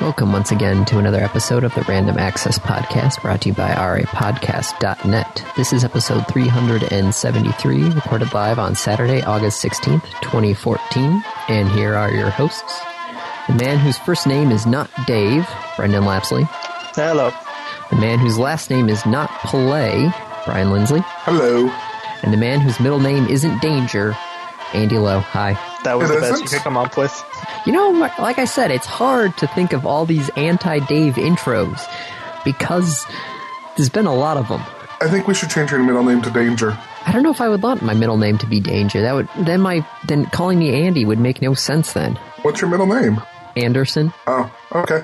Welcome once again to another episode of the Random Access Podcast brought to you by rapodcast.net. This is episode 373, recorded live on Saturday, August 16th, 2014. And here are your hosts the man whose first name is not Dave, Brendan Lapsley, Hello. the man whose last name is not Pillay, Brian Lindsley, Hello. and the man whose middle name isn't Danger, Andy Lowe. Hi. That was It the best isn't? you could come up with. You know, my- like I said, it's hard to think of all these anti-Dave intros because there's been a lot of them. I think we should change your middle name to Danger. I don't know if I would want my middle name to be Danger. That would then my then calling me Andy would make no sense then. What's your middle name? Anderson. Oh, okay.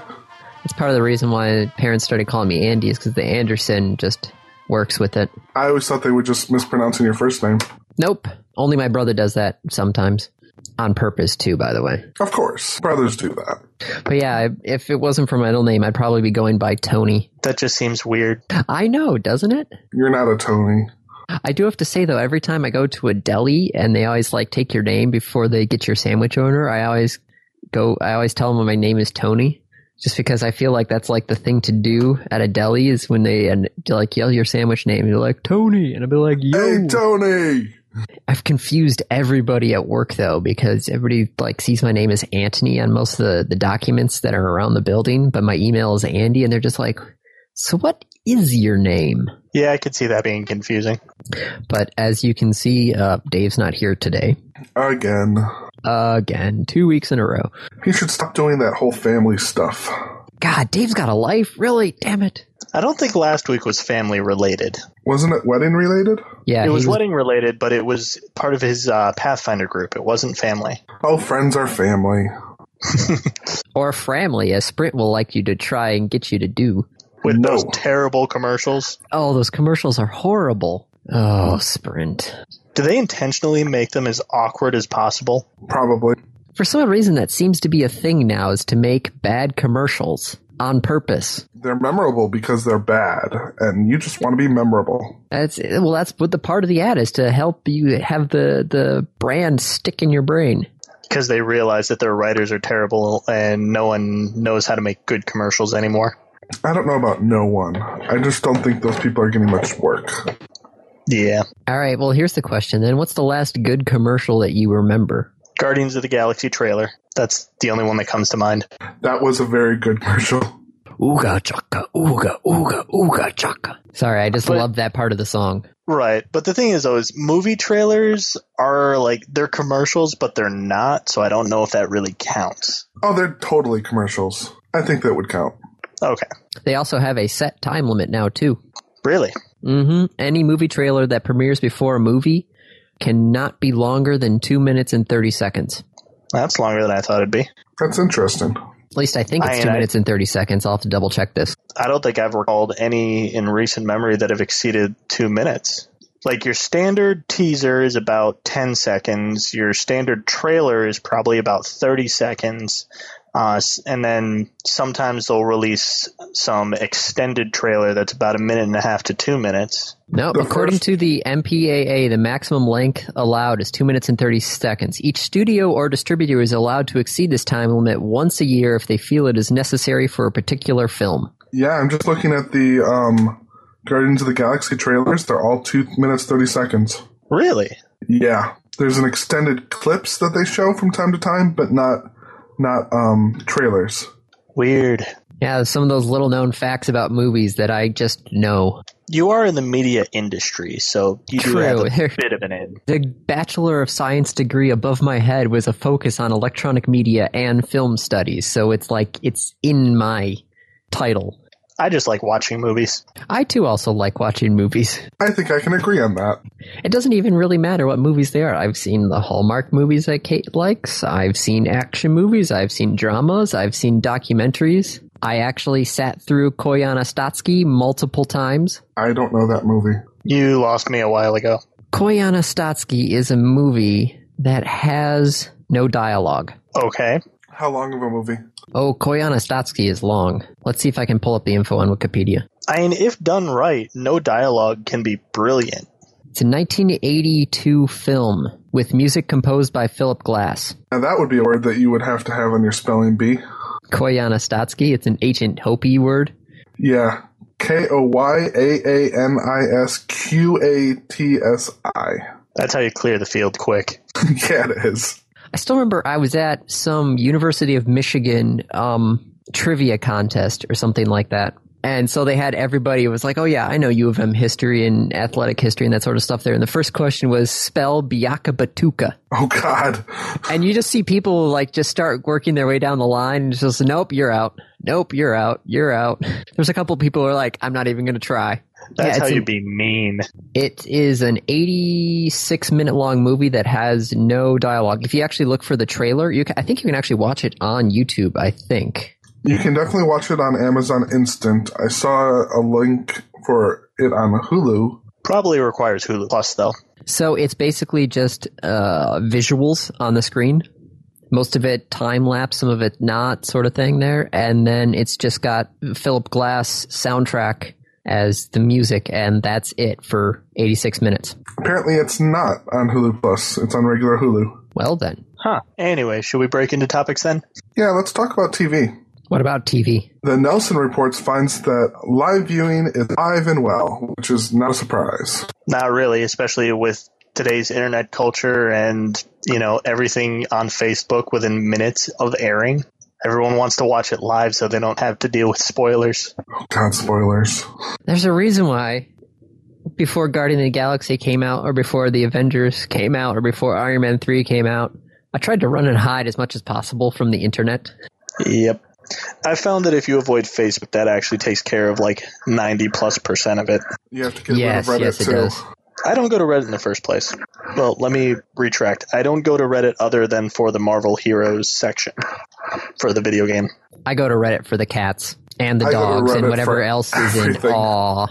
It's part of the reason why parents started calling me Andy is because the Anderson just works with it. I always thought they were just mispronouncing your first name. Nope. Only my brother does that sometimes. On purpose too, by the way. Of course. Brothers do that. But yeah, I- if it wasn't for my middle name, I'd probably be going by Tony. That just seems weird. I know, doesn't it? You're not a Tony. I do have to say though, every time I go to a deli and they always like take your name before they get your sandwich order, I always go. I always tell them my name is Tony, just because I feel like that's like the thing to do at a deli is when they and they, like yell your sandwich name. You're like Tony, and I'll be like, Hey, Yo. Tony! I've confused everybody at work though because everybody like sees my name as Anthony on most of the the documents that are around the building, but my email is Andy, and they're just like, so what is your name? Yeah, I could see that being confusing. But as you can see, uh, Dave's not here today. Again. again, two weeks in a row. He should stop doing that whole family stuff. God, Dave's got a life, really. Damn it. I don't think last week was family related. Wasn't it wedding related? Yeah, it he was wedding related, but it was part of his uh, Pathfinder group. It wasn't family. Oh, friends are family. or Framley, as Sprint will like you to try and get you to do. With No. those terrible commercials. Oh, those commercials are horrible. Oh, Sprint. Do they intentionally make them as awkward as possible? Probably. For some reason, that seems to be a thing now, is to make bad commercials on purpose. They're memorable because they're bad, and you just want to be memorable. That's well, that's what the part of the ad is to help you have the the brand stick in your brain. Because they realize that their writers are terrible and no one knows how to make good commercials anymore. I don't know about no one. I just don't think those people are getting much work. Yeah. All right, well, here's the question then: What's the last good commercial that you remember? Guardians of the Galaxy trailer. That's the only one that comes to mind. That was a very good commercial. Ooga chaka, ooga, ooga, ooga chaka. Sorry, I just But- love that part of the song. Right, but the thing is, though, is movie trailers are like they're commercials, but they're not. So I don't know if that really counts. Oh, they're totally commercials. I think that would count. Okay, They also have a set time limit now, too. really? hmm Any movie trailer that premieres before a movie cannot be longer than 2 minutes and 30 seconds. That's longer than I thought it'd be. That's interesting. At least I think it's I- 2 I- minutes and 30 seconds. I'll have to double check this. I don't think I've recalled any in recent memory that have exceeded two minutes. Like your standard teaser is about ten seconds. Your standard trailer is probably about thirty seconds. Uh, s- and then sometimes they'll release some extended trailer that's about a minute and a half to two minutes. No, The according first- to the MPAA, the maximum length allowed is 2 minutes and 30 seconds. Each studio or distributor is allowed to exceed this time limit once a year if they feel it is necessary for a particular film. Yeah, I'm just looking at the um, Guardians of the Galaxy trailers. They're all two minutes thirty seconds. Really? Yeah, there's an extended clips that they show from time to time, but not not um, trailers. Weird. Yeah, some of those little known facts about movies that I just know. You are in the media industry, so you do have True. a bit of an in. The Bachelor of Science degree above my head was a focus on electronic media and film studies, so it's like it's in my title. I just like watching movies. I too also like watching movies. I think I can agree on that. It doesn't even really matter what movies they are. I've seen the Hallmark movies that Kate likes. I've seen action movies. I've seen dramas. I've seen documentaries. I actually sat through Koyana Stotsky multiple times. I don't know that movie. You lost me a while ago. Koyana Stotsky is a movie that has no dialogue. Okay. How long of a movie? Oh, Koyana Stotsky is long. Let's see if I can pull up the info on Wikipedia. I mean, if done right, no dialogue can be brilliant. It's a 1982 film with music composed by Philip Glass. Now that would be a word that you would have to have on your spelling bee. Koyana Stotsky. It's an ancient Hopi word. Yeah. K O Y A A N I S Q A T S I. That's how you clear the field quick. Yeah, it is. I still remember I was at some University of Michigan um, trivia contest or something like that. And so they had everybody it was like, oh yeah, I know U of M history and athletic history and that sort of stuff there. And the first question was spell Biaka Batuka. Oh, God. And you just see people like just start working their way down the line and just, nope, you're out. Nope, you're out. You're out. There's a couple people who are like, I'm not even going to try. Yeah, That's how it's you a- be mean. It is an 86 minute long movie that has no dialogue. If you actually look for the trailer, you can, I think you can actually watch it on YouTube, I think. You can definitely watch it on Amazon Instant. I saw a link for it on Hulu. Probably requires Hulu Plus though. So it's basically just uh, visuals on the screen. Most of it time lapse, some of it not, sort of thing there. And then it's just got Philip Glass soundtrack as the music, and that's it for 86 minutes. Apparently, it's not on Hulu Plus, it's on regular Hulu. Well, then, Huh. Anyway, should we break into topics then? Yeah, let's talk about TV. what about TV? The Nelson Reports finds that live viewing is alive and well, which is not a surprise. Not really, especially with today's internet culture and, you know, everything on Facebook within minutes of airing. Everyone wants to watch it live so they don't have to deal with spoilers. Oh, God, spoilers. There's a reason why before Guardian of the Galaxy came out, or before the Avengers came out, or before Iron Man 3 came out, I tried to run and hide as much as possible from the internet. Yep. I found that if you avoid Facebook, that actually takes care of like 90 plus percent of it. You have to get Yes, rid of Reddit yes, it too. does. I don't go to Reddit in the first place. Well, let me retract. I don't go to Reddit other than for the Marvel Heroes section for the video game. I go to Reddit for the cats and the I go to dogs and Reddit whatever for else is in everything. awe.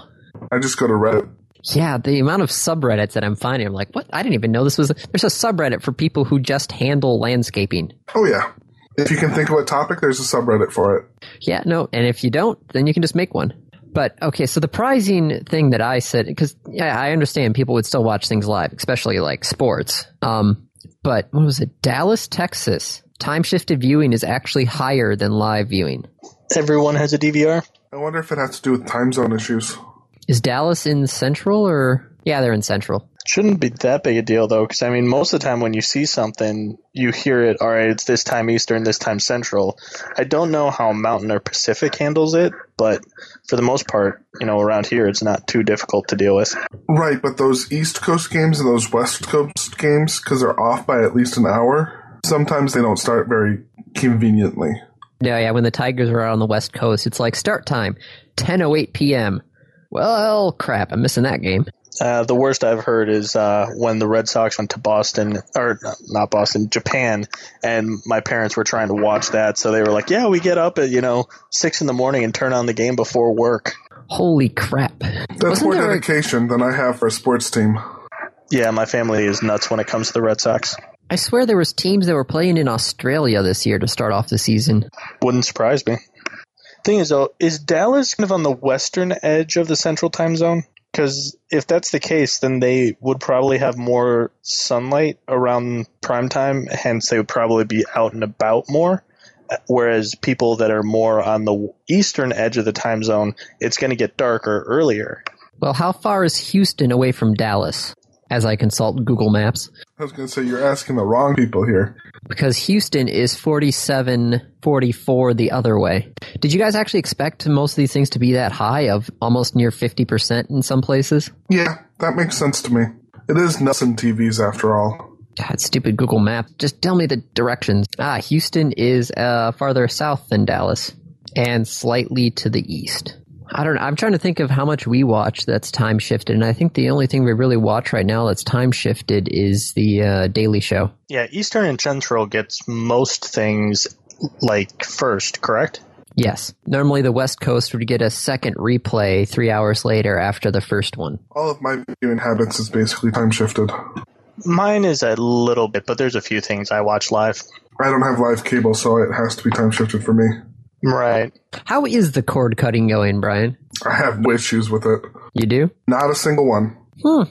I just go to Reddit. Yeah, the amount of subreddits that I'm finding, I'm like, what? I didn't even know this was. There's a subreddit for people who just handle landscaping. Oh yeah. If you can think of a topic, there's a subreddit for it. Yeah, no, and if you don't, then you can just make one. But okay, so the prizing thing that I said, because yeah, I understand people would still watch things live, especially like sports. Um, but what was it? Dallas, Texas. Time shifted viewing is actually higher than live viewing. Everyone has a DVR. I wonder if it has to do with time zone issues. Is Dallas in Central or? Yeah, they're in Central. Shouldn't be that big a deal though, because I mean, most of the time when you see something, you hear it. All right, it's this time Eastern, this time Central. I don't know how Mountain or Pacific handles it, but for the most part, you know, around here, it's not too difficult to deal with. Right, but those East Coast games and those West Coast games, because they're off by at least an hour, sometimes they don't start very conveniently. No, yeah, when the Tigers are out on the West Coast, it's like start time, 10.08 p.m. Well, crap, I'm missing that game. Uh, the worst I've heard is uh, when the Red Sox went to Boston, or not Boston, Japan, and my parents were trying to watch that. So they were like, "Yeah, we get up at you know six in the morning and turn on the game before work." Holy crap. That's Wasn't more there a- dedication than I have for a sports team. Yeah, my family is nuts when it comes to the Red Sox. I swear there was teams that were playing in Australia this year to start off the season. Wouldn't surprise me. Thing is, though, is Dallas kind of on the western edge of the Central Time Zone? Because if that's the case, then they would probably have more sunlight around prime time. Hence, they would probably be out and about more. Whereas people that are more on the eastern edge of the time zone, it's going to get darker earlier. Well, how far is Houston away from Dallas? As I consult Google Maps, I was going to say, you're asking the wrong people here. because Houston is 47 44 the other way. Did you guys actually expect most of these things to be that high of almost near 50% in some places? Yeah, that makes sense to me. It is Nelson TVs after all. God, stupid Google Map. Just tell me the directions. Ah, Houston is uh, farther south than Dallas and slightly to the east. I don't know. I'm trying to think of how much we watch that's time shifted. And I think the only thing we really watch right now that's time shifted is the uh, Daily Show. Yeah, eastern and central gets most things like first, correct? Yes. Normally the West Coast would get a second replay three hours later after the first one. All of my viewing habits is basically time shifted. Mine is a little bit, but there's a few things I watch live. I don't have live cable, so it has to be time shifted for me. Right. How is the cord cutting going, Brian? I have no issues with it. You do? Not a single one. Hmm.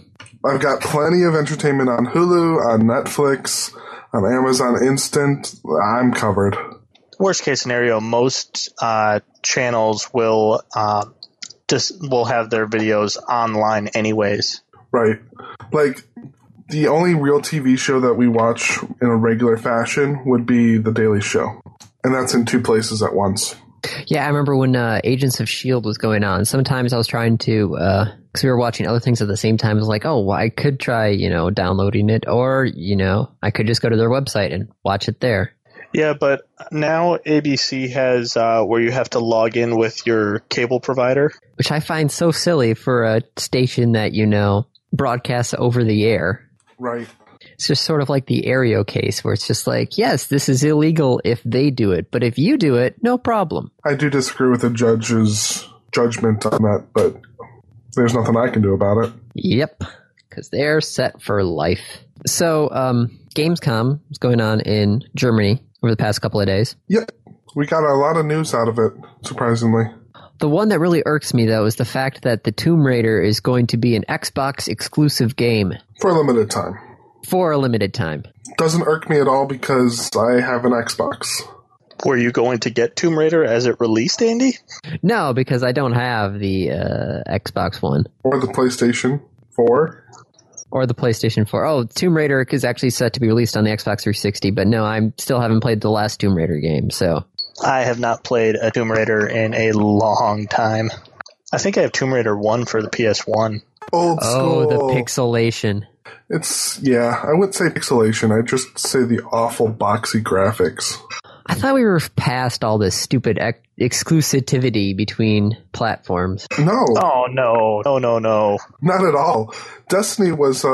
I've got plenty of entertainment on Hulu, on Netflix, on Amazon Instant. I'm covered. worst case scenario, most uh, channels will uh, just will have their videos online anyways. Right. Like the only real TV show that we watch in a regular fashion would be The Daily Show. And that's in two places at once. Yeah, I remember when uh, Agents of Shield was going on. Sometimes I was trying to because we were watching other things at the same time. I was like, oh, well, I could try you know downloading it, or you know, I could just go to their website and watch it there. Yeah, but now ABC has uh, where you have to log in with your cable provider. which I find so silly for a station that you know broadcasts over the air. Right. It's just sort of like the Aereo case, where it's just like, yes, this is illegal if they do it, but if you do it, no problem. I do disagree with the judge's judgment on that, but there's nothing I can do about it. Yep, because they're set for life. So, um, Gamescom is going on in Germany over the past couple of days. Yep. We got a lot of news out of it, surprisingly. The one that really irks me, though, is the fact that the Tomb Raider is going to be an Xbox exclusive game For a limited time. for a limited time. Doesn't irk me at all because I have an Xbox. Were you going to get Tomb Raider as it released, Andy? No, because I don't have the uh, Xbox One. Or the PlayStation 4. or the PlayStation 4. Oh, Tomb Raider is actually set to be released on the Xbox 360, but no, I still haven't played the last Tomb Raider game, so. I have not played a Tomb Raider in a long time. I think I have Tomb Raider 1 for the PS1. Old Oh, school. the pixelation. It's, yeah, I wouldn't say pixelation. I'd just say the awful boxy graphics. I thought we were past all this stupid ex- exclusivity between platforms. No, Oh, no. No, no, no. not at all. Destiny was a,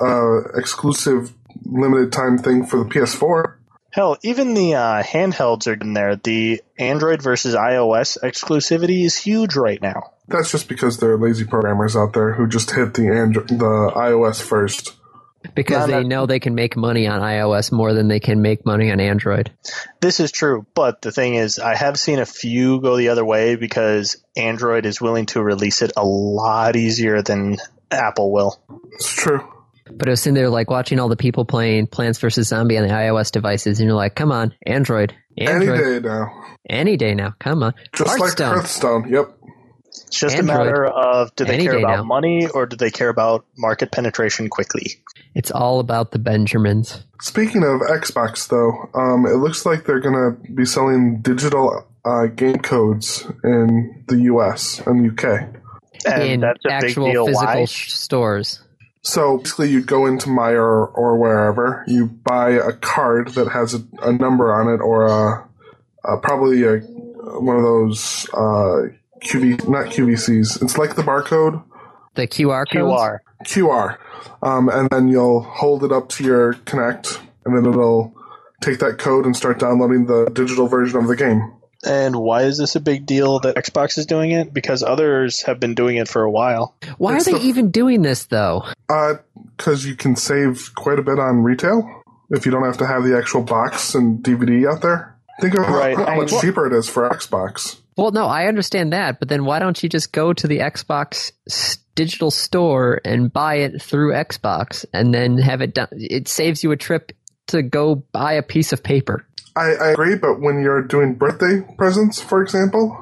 a exclusive limited time thing for the PS4. Hell, even the uh, handhelds are in there. The Android versus iOS exclusivity is huge right now. That's just because there are lazy programmers out there who just hit the Andro- the iOS first. Because No, they know they can make money on iOS more than they can make money on Android. This is true, but the thing is, I have seen a few go the other way because Android is willing to release it a lot easier than Apple will. It's true. But I was sitting there like watching all the people playing Plants vs. Zombie on the iOS devices, and you're like, come on, Android. Android. Any day now. Any day now, come on. Just Hearthstone. like Hearthstone. Yep. It's just Android. a matter of do they Any care day about now. money or do they care about market penetration quickly? It's all about the Benjamins. Speaking of Xbox, though, um, it looks like they're going to be selling digital uh, game codes in the U.S. and UK. And in that's a actual big deal. physical Why? sh- stores. So basically, you'd go into Meyer or, or wherever, you buy a card that has a, a number on it, or a, a, probably a, one of those uh, QV, not QVCs. It's like the barcode The QR codes. QR. QR, um, and then you'll hold it up to your Connect, and then it'll take that code and start downloading the digital version of the game. And why is this a big deal that Xbox is doing it? Because others have been doing it for a while. Why are It's they the- even doing this though? because Uh, you can save quite a bit on retail if you don't have to have the actual box and DVD out there. Think of Right. how, how I- much cheaper it is for Xbox. Well, no, I understand that, but then why don't you just go to the Xbox s- digital store and buy it through Xbox and then have it done? It saves you a trip to go buy a piece of paper. I, I agree, but when you're doing birthday presents, for example,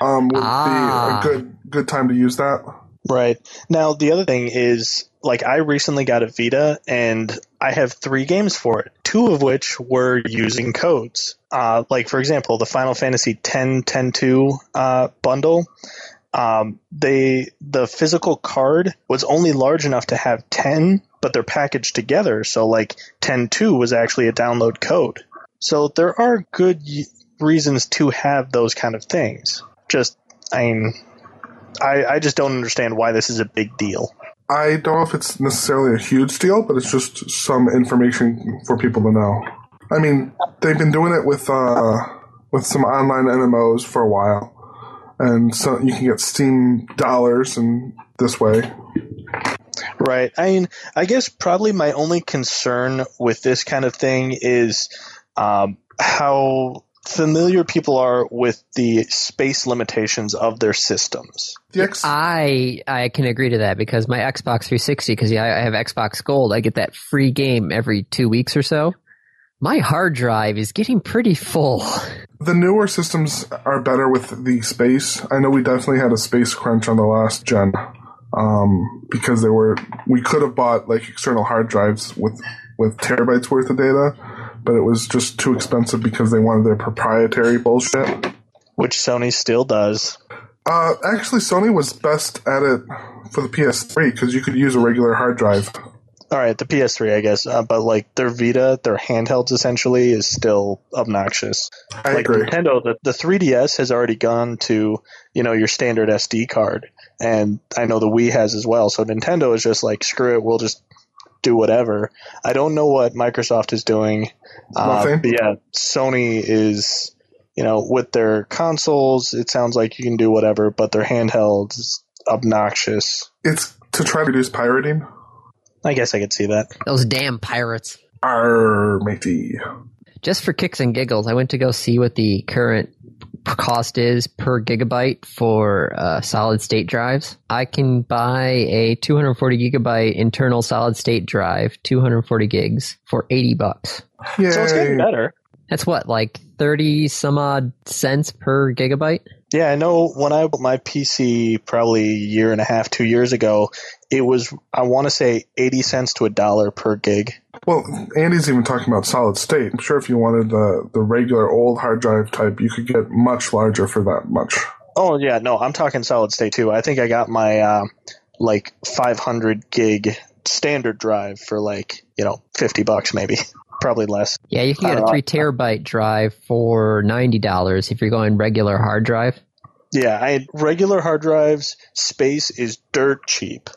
um, would Ah. be a good good time to use that. Right. Now, the other thing is, like, I recently got a Vita, and I have three games for it, two of which were using codes. Uh, like, for example, the Final Fantasy X, X 2 uh, bundle. Um, they the physical card was only large enough to have ten, but they're packaged together. So, like, ten two was actually a download code. So there are good y- reasons to have those kind of things. Just, I mean. I, I just don't understand why this is a big deal. I don't know if it's necessarily a huge deal, but it's just some information for people to know. I mean, they've been doing it with uh, with some online MMOs for a while, and so you can get Steam dollars and this way. Right. I mean, I guess probably my only concern with this kind of thing is um, how familiar people are with the space limitations of their systems. The X, I I can agree to that because my Xbox 360, because I I have Xbox Gold, I get that free game every two weeks or so. My hard drive is getting pretty full. The newer systems are better with the space. I know we definitely had a space crunch on the last gen um, because there were we could have bought like external hard drives with with terabytes worth of data, but it was just too expensive because they wanted their proprietary bullshit. which Sony still does. Uh, actually, Sony was best at it for the PS3 because you could use a regular hard drive. All right, the PS3, I guess, uh, but like their Vita, their handhelds essentially is still obnoxious. I like agree. Nintendo, the, the 3DS has already gone to you know your standard SD card, and I know the Wii has as well. So Nintendo is just like screw it, we'll just do whatever. I don't know what Microsoft is doing. Uh, Nothing. but yeah, Sony is you know with their consoles, it sounds like you can do whatever, but their handhelds is obnoxious. It's to try to reduce pirating. I guess I could see that. Those damn pirates. Arr, matey. Just for kicks and giggles, I went to go see what the current cost is per gigabyte for uh, solid state drives. I can buy a 240 gigabyte internal solid state drive, 240 gigs, for 80 bucks. Yay. So it's getting better. That's what, like 30 some odd cents per gigabyte? Yeah, I know when I bought my PC probably a year and a half, two years ago, it was, I want to say 80 cents to a dollar per gig. Well, Andy's even talking about solid state. I'm sure if you wanted the, the regular old hard drive type, you could get much larger for that much. Oh, yeah, no, I'm talking solid state too. I think I got my, uh, like, 500 gig standard drive for, like, you know, 50 bucks maybe. Probably less. Yeah, you can I get a don't know. three terabyte drive for $90 if you're going regular hard drive. Yeah, I regular hard drives space is dirt cheap,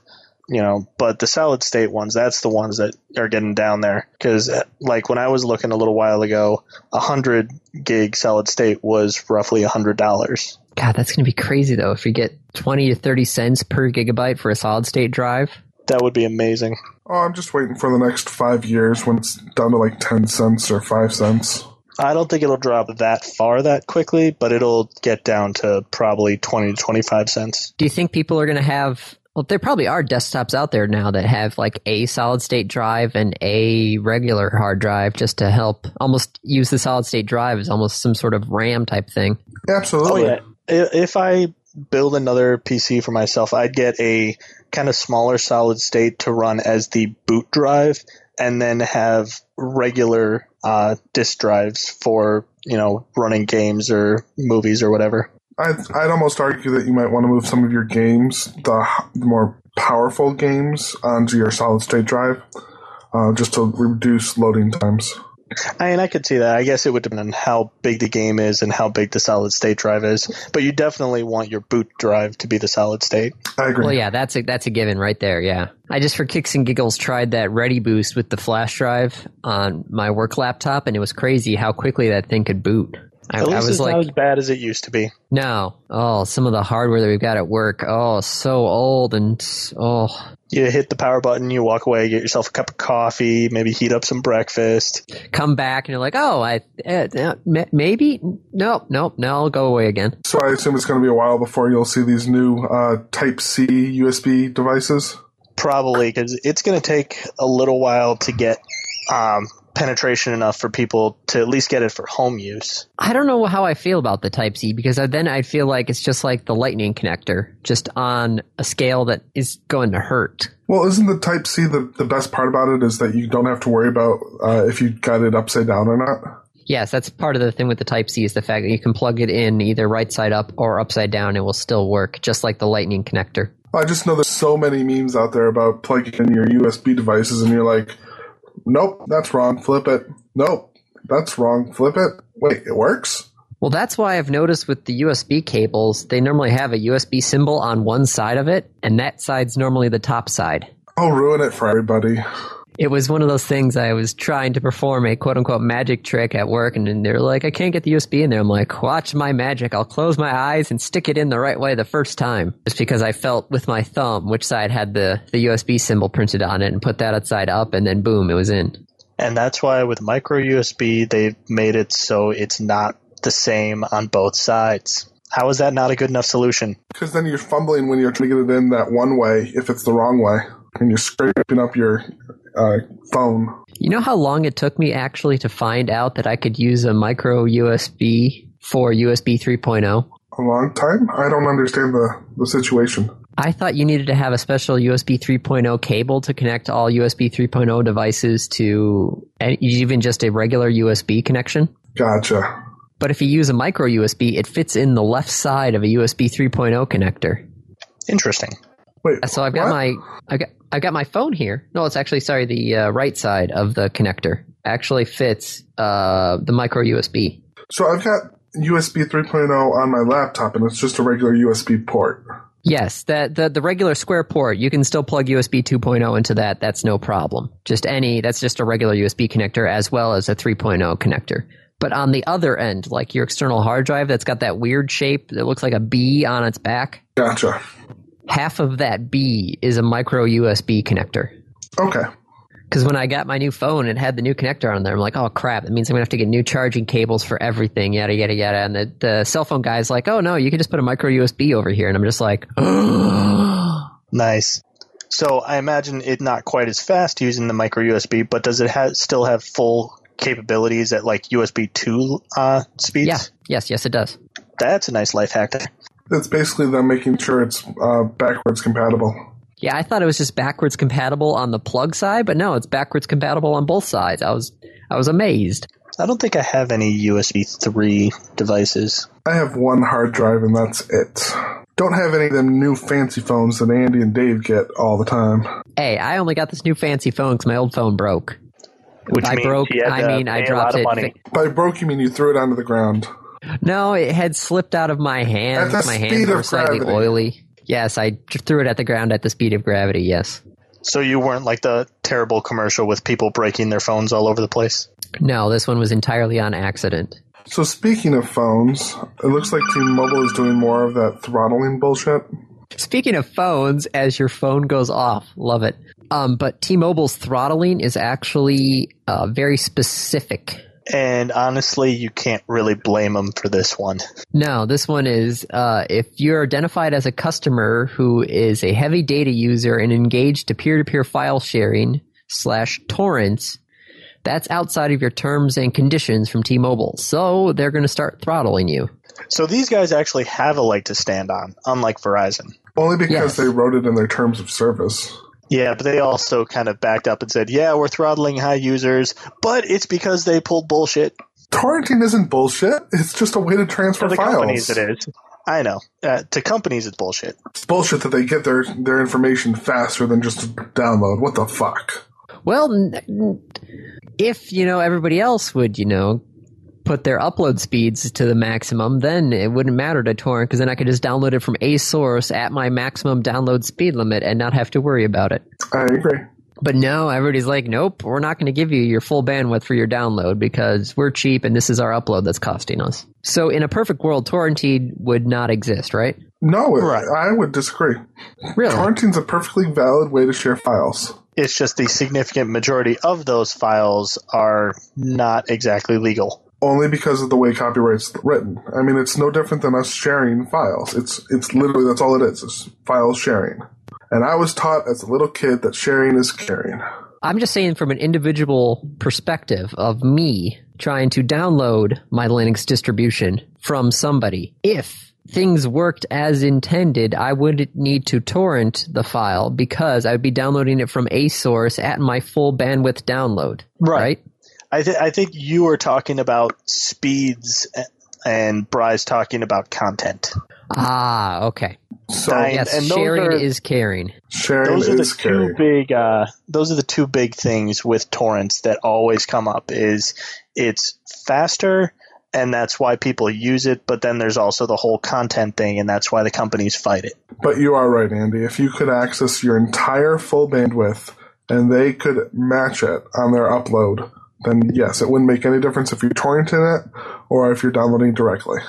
you know. But the solid state ones, that's the ones that are getting down there. Because like when I was looking a little while ago, a hundred gig solid state was roughly a hundred dollars. God, that's going to be crazy though. If you get 20 to 30 cents per gigabyte for a solid state drive, That would be amazing. Oh, I'm just waiting for the next five years when it's down to like 10 cents or 5 cents. I don't think it'll drop that far that quickly, but it'll get down to probably twenty to twenty five cents. do you think people are going to have, well, there probably are desktops out there now that have like a solid state drive and a regular hard drive just to help almost use the solid state drive as almost some sort of RAM type thing. Oh Absolutely. yeah, I- if I build another PC for myself, I'd get a kind of smaller solid state to run as the boot drive, and then have regular uh, disk drives for you know running games or movies or whatever. I'd, I'd almost argue that you might want to move some of your games, the, h- the more powerful games, onto your solid state drive uh, just to reduce loading times. I mean, I could see that. I guess it would depend on how big the game is and how big the solid state drive is, but you definitely want your boot drive to be the solid state. I agree. Well, yeah, that's a, that's a given right there. Yeah, I just for kicks and giggles tried that Ready Boost with the flash drive on my work laptop, and it was crazy how quickly that thing could boot. I, At I least was it's like, not as bad as it used to be. no, oh, some of the hardware that we've got at work, oh, so old and oh, You hit the power button, you walk away, get yourself a cup of coffee, maybe heat up some breakfast. come back and you're like, oh, I eh, eh, ma- maybe nope, nope, no, I'll go away again. So I assume it's going to be a while before you'll see these new uh, Type C USB devices. Probably because it's going to take a little while to get um, penetration enough for people to at least get it for home use. I don't know how I feel about the Type C because I- then I feel like it's just like the Lightning connector, just on a scale that is going to hurt. Well, isn't the Type C the, the best part about it is that you don't have to worry about uh, if you got it upside down or not? Yes, that's part of the thing with the Type C is the fact that you can plug it in either right side up or upside down. It will still work, just like the Lightning connector. I just know there's so many memes out there about plugging in your USB devices and you're like, nope, that's wrong, flip it. Nope, that's wrong, flip it. Wait, it works? Well, that's why I've noticed with the USB cables, they normally have a USB symbol on one side of it, and that side's normally the top side. I'll ruin it for everybody. It was one of those things I was trying to perform a quote unquote magic trick at work, and then they're like, I can't get the USB in there. I'm like, watch my magic. I'll close my eyes and stick it in the right way the first time. Just because I felt with my thumb which side had the, the USB symbol printed on it and put that outside up, and then boom, it was in. And that's why with micro USB, they've made it so it's not the same on both sides. How is that not a good enough solution? Because then you're fumbling when you're trying to get it in that one way if it's the wrong way, and you're scraping up your uh, phone. You know how long it took me actually to find out that I could use a micro USB for USB 3.0? A long time? I don't understand the, the situation. I thought you needed to have a special USB 3.0 cable to connect all USB 3.0 devices to and even just a regular USB connection. Gotcha. But if you use a micro USB, it fits in the left side of a USB 3.0 connector. Interesting. Wait. So I've got what? my I got I've got my phone here. No, it's actually sorry, the uh, right side of the connector actually fits uh, the micro USB. So I've got USB 3.0 on my laptop, and it's just a regular USB port. Yes, that the, the regular square port, you can still plug USB 2.0 into that. That's no problem. Just any, that's just a regular USB connector as well as a 3.0 connector. But on the other end, like your external hard drive that's got that weird shape that looks like a B on its back, Gotcha. half of that B is a micro USB connector. Okay. Because when I got my new phone, it had the new connector on there. I'm like, oh crap, that means I'm gonna have to get new charging cables for everything, yada yada yada. And the, the cell phone guy's like, oh no, you can just put a micro USB over here. And I'm just like, "Oh, Nice. So I imagine it not quite as fast using the micro USB, but does it ha- still have full capabilities at like USB two uh, speeds? yeah, yes, yes, it does. that's a nice life hack there. It's basically them making sure it's uh, backwards compatible. Yeah, I thought it was just backwards compatible on the plug side, but no, it's backwards compatible on both sides. I was I was amazed. I don't think I have any USB three devices. I have one hard drive, and that's it. Don't have any of them new fancy phones that Andy and Dave get all the time. Hey, I only got this new fancy phone because my old phone broke. Which I means broke. you had I to mean, I pay a dropped lot of it. money. By broke, you mean you threw it onto the ground. No, it had slipped out of my At hands. the My speed hands of were slightly gravity. oily. Yes, I j- threw it at the ground at the speed of gravity. Yes. So you weren't like the terrible commercial with people breaking their phones all over the place. No, this one was entirely on accident. So, speaking of phones, it looks like T Mobile is doing more of that throttling bullshit. Speaking of phones, as your phone goes off, love it. Um, but T-Mobile's throttling is actually uh, very specific. And honestly, you can't really blame them for this one. No, this one is uh, if you're identified as a customer who is a heavy data user and engaged to peer-to-peer file sharing slash torrents, that's outside of your terms and conditions from T-Mobile. So they're going to start throttling you. So these guys actually have a leg to stand on, unlike Verizon. Only because Yes. they wrote it in their terms of service. Yeah, but they also kind of backed up and said, yeah, we're throttling high users, but it's because they pulled bullshit Torrenting isn't bullshit. It's just a way to transfer to the files. companies. It is. I know. Uh, to companies, it's bullshit. It's bullshit that they get their, their information faster than just a download. What the fuck? Well, n- n- if you know everybody else would, you know, put their upload speeds to the maximum, then it wouldn't matter to torrent because then I could just download it from a source at my maximum download speed limit and not have to worry about it. I agree. But no, everybody's like, nope, we're not going to give you your full bandwidth for your download because we're cheap and this is our upload that's costing us. So in a perfect world, torrenting would not exist, right? No, it, Right. I would disagree. Really? Torrenting's a perfectly valid way to share files. It's just the significant majority of those files are not exactly legal. Only because of the way copyright's written. I mean, it's no different than us sharing files. It's it's literally that's all it is. It's file sharing. And I was taught as a little kid that sharing is caring. I'm just saying from an individual perspective of me trying to download my Linux distribution from somebody. If things worked as intended, I wouldn't need to torrent the file because I would be downloading it from a source at my full bandwidth download. Right. right? I, th- I think you were talking about speeds a- and Bry's talking about content. Ah, okay. So Dying- Yes, and those sharing are- is caring. sharing Those are the is two caring. big. Uh, those are the two big things with torrents that always come up. Is it's faster, and that's why people use it. But then there's also the whole content thing, and that's why the companies fight it. But you are right, Andy. If you could access your entire full bandwidth and they could match it on their upload, then yes, it wouldn't make any difference if you're torrenting it or if you're downloading directly.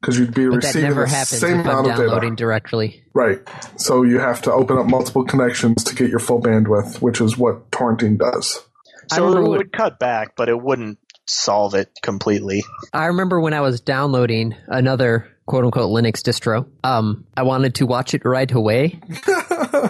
Because you'd be But that receiving never the happens same if I'm amount of downloading data. directly. Right. So you have to open up multiple connections to get your full bandwidth, which is what torrenting does. I So remember it when- would cut back, but it wouldn't solve it completely. I remember when I was downloading another quote unquote Linux distro. Um, I wanted to watch it right away.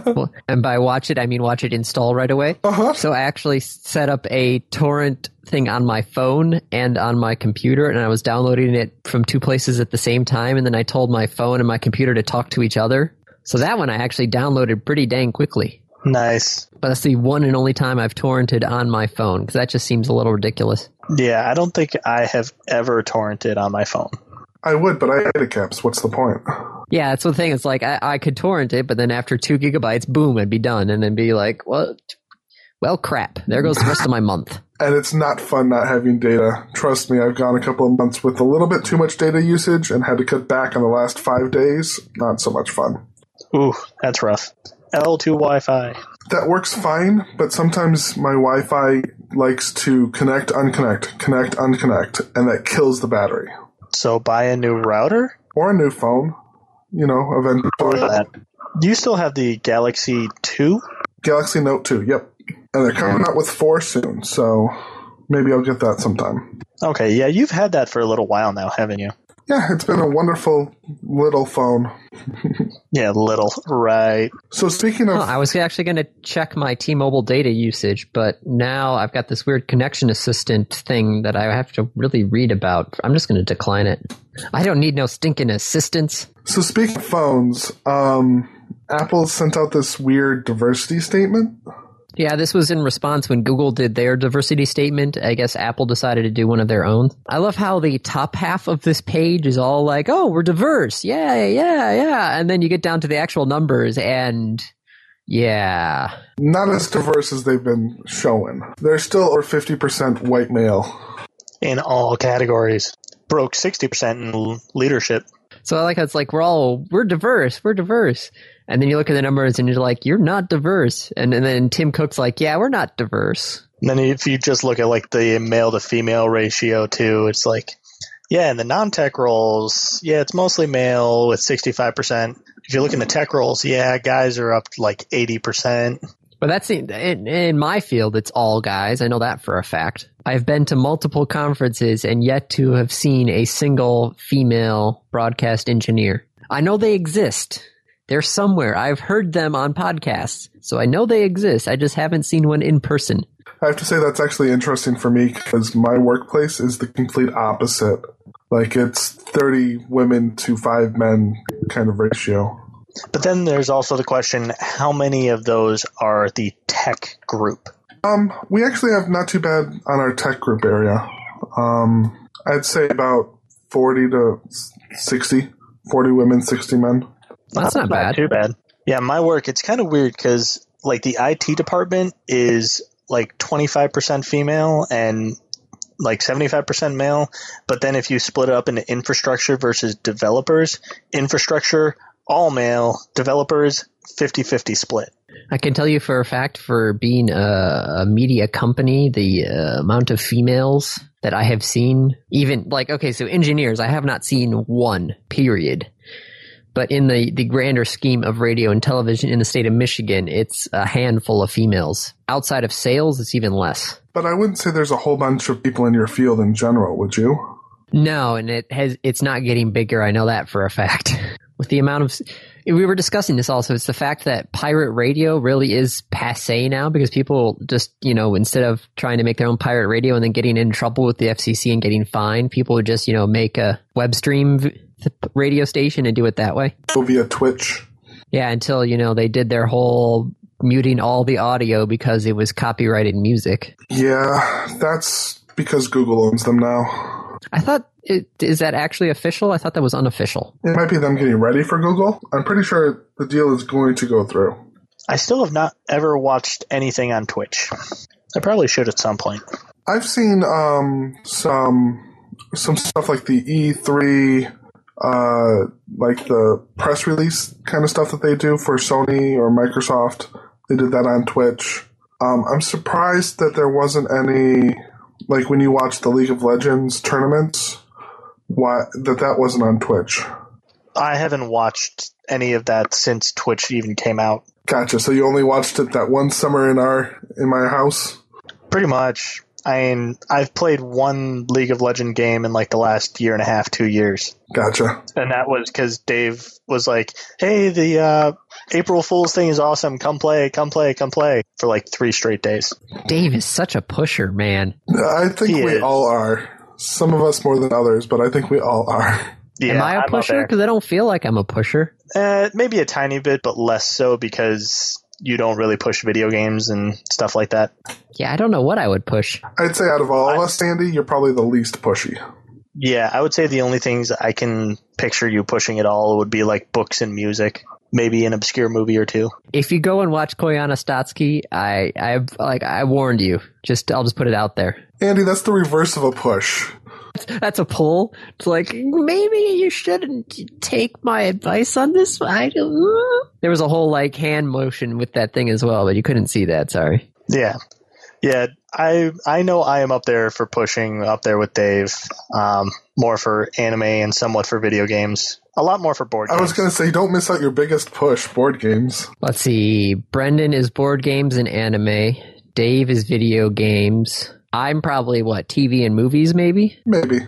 Well, and by watch it, I mean watch it install right away. Uh-huh. So I actually set up a torrent thing on my phone and on my computer, and I was downloading it from two places at the same time. And then I told my phone and my computer to talk to each other. So that one I actually downloaded pretty dang quickly. Nice. But that's the one and only time I've torrented on my phone because that just seems a little ridiculous. Yeah, I don't think I have ever torrented on my phone. I would, but I had hiccups. What's the point? Yeah, that's the thing. It's like I, I could torrent it, but then after two gigabytes, boom, it'd be done, and then be like, well, t- well, crap. There goes the rest of my month. And it's not fun not having data. Trust me, I've gone a couple of months with a little bit too much data usage and had to cut back on the last five days. Not so much fun. Ooh, that's rough. L2 Wi Fi. That works fine, but sometimes my Wi Fi likes to connect, unconnect, connect, unconnect, and that kills the battery. So buy a new router? Or a new phone, you know, Or eventually. that? Do you still have the Galaxy 2? Galaxy Note 2, yep. And they're coming out with 4 soon, so maybe I'll get that sometime. Okay, yeah, you've had that for a little while now, haven't you? Yeah, it's been a wonderful little phone. Yeah, little. Right. So speaking of Huh, I was actually going to check my T-Mobile data usage, but now I've got this weird connection assistant thing that I have to really read about. I'm just going to decline it. I don't need no stinking assistance. So speaking of phones, um, Apple sent out this weird diversity statement. Yeah, this was in response when Google did their diversity statement. I guess Apple decided to do one of their own. I love how the top half of this page is all like, "Oh, we're diverse. Yeah, yeah, yeah." And then you get down to the actual numbers and yeah. Not as diverse as they've been showing. They're still over fifty percent white male. In all categories. Broke 60% in l- leadership. So I like how it's like we're all we're diverse, we're diverse. And then you look at the numbers and you're like, you're not diverse. And, and then Tim Cook's like, yeah, we're not diverse. And then if you just look at like the male to female ratio too, it's like, yeah, in the non-tech roles, yeah, it's mostly male with 65%. If you look in the tech roles, yeah, guys are up to like 80%. But that's in, in, in my field, it's all guys. I know that for a fact. I've been to multiple conferences and yet to have seen a single female broadcast engineer. I know they exist. They're somewhere. I've heard them on podcasts. So I know they exist. I just haven't seen one in person. I have to say that's actually interesting for me because my workplace is the complete opposite. Like it's thirty women to five men kind of ratio. But then there's also the question, how many of those are the tech group? Um, we actually have not too bad on our tech group area. Um, I'd say about forty to 60, 40 women, sixty men. That's not bad. Too bad. Yeah, my work, it's kind of weird because like the IT department is like 25% female and like 75% male. But then if you split it up into infrastructure versus developers, infrastructure, all male, developers, 50 50 split. I can tell you for a fact, for being a, a media company, the uh, amount of females that I have seen, even like, okay, so engineers, I have not seen one, period. But in the, the grander scheme of radio and television in the state of Michigan, it's a handful of females. Outside of sales, it's even less. But I wouldn't say there's a whole bunch of people in your field in general, would you? No, and it has it's not getting bigger. I know that for a fact. With the amount of we were discussing this also, it's the fact that pirate radio really is passe now because people just, you know, instead of trying to make their own pirate radio and then getting in trouble with the FCC and getting fined, people would just, you know, make a web stream v- radio station and do it that way. Go via Twitch. Yeah, until, you know, they did their whole muting all the audio because it was copyrighted music. Yeah, that's because Google owns them now. I thought it, is that actually official? I thought that was unofficial. It might be them getting ready for Google. I'm pretty sure the deal is going to go through. I still have not ever watched anything on Twitch. I probably should at some point. I've seen um, some some stuff like the E3, uh, like the press release kind of stuff that they do for Sony or Microsoft. They did that on Twitch. Um, I'm surprised that there wasn't any like when you watch the League of Legends tournaments, why that that wasn't on Twitch. I haven't watched any of that since Twitch even came out. Gotcha. So you only watched it that one summer in our in my house. Pretty much. I mean, I've played one League of Legend game in like the last year and a half, two years, Gotcha. and that was because Dave was like, "Hey, the uh, April Fool's thing is awesome. Come play, come play, come play." For like three straight days. Dave is such a pusher, man. I think He we is. all are. Some of us more than others, but I think we all are. Yeah, Am I I'm a up pusher? there. Because I don't feel like I'm a pusher. Uh, maybe a tiny bit, but less so because you don't really push video games and stuff like that. Yeah, I don't know what I would push. I'd say out of all of us, Sandy, you're probably the least pushy. Yeah, I would say the only things I can picture you pushing at all would be like books and music, maybe an obscure movie or two. If you go and watch Koyana Stotsky, I, I like I warned you. Just I'll just put it out there. Andy, that's the reverse of a push. That's a pull. It's like maybe you shouldn't take my advice on this. I don't. uh. There was a whole like hand motion with that thing as well, but you couldn't see that. Sorry. Yeah. Yeah, I I know I am up there for pushing up there with Dave, um, more for anime and somewhat for video games. A lot more for board I games. was going to say, don't miss out your biggest push, board games. Let's see. Brendan is board games and anime. Dave is video games. I'm probably what TV and movies, maybe. Maybe.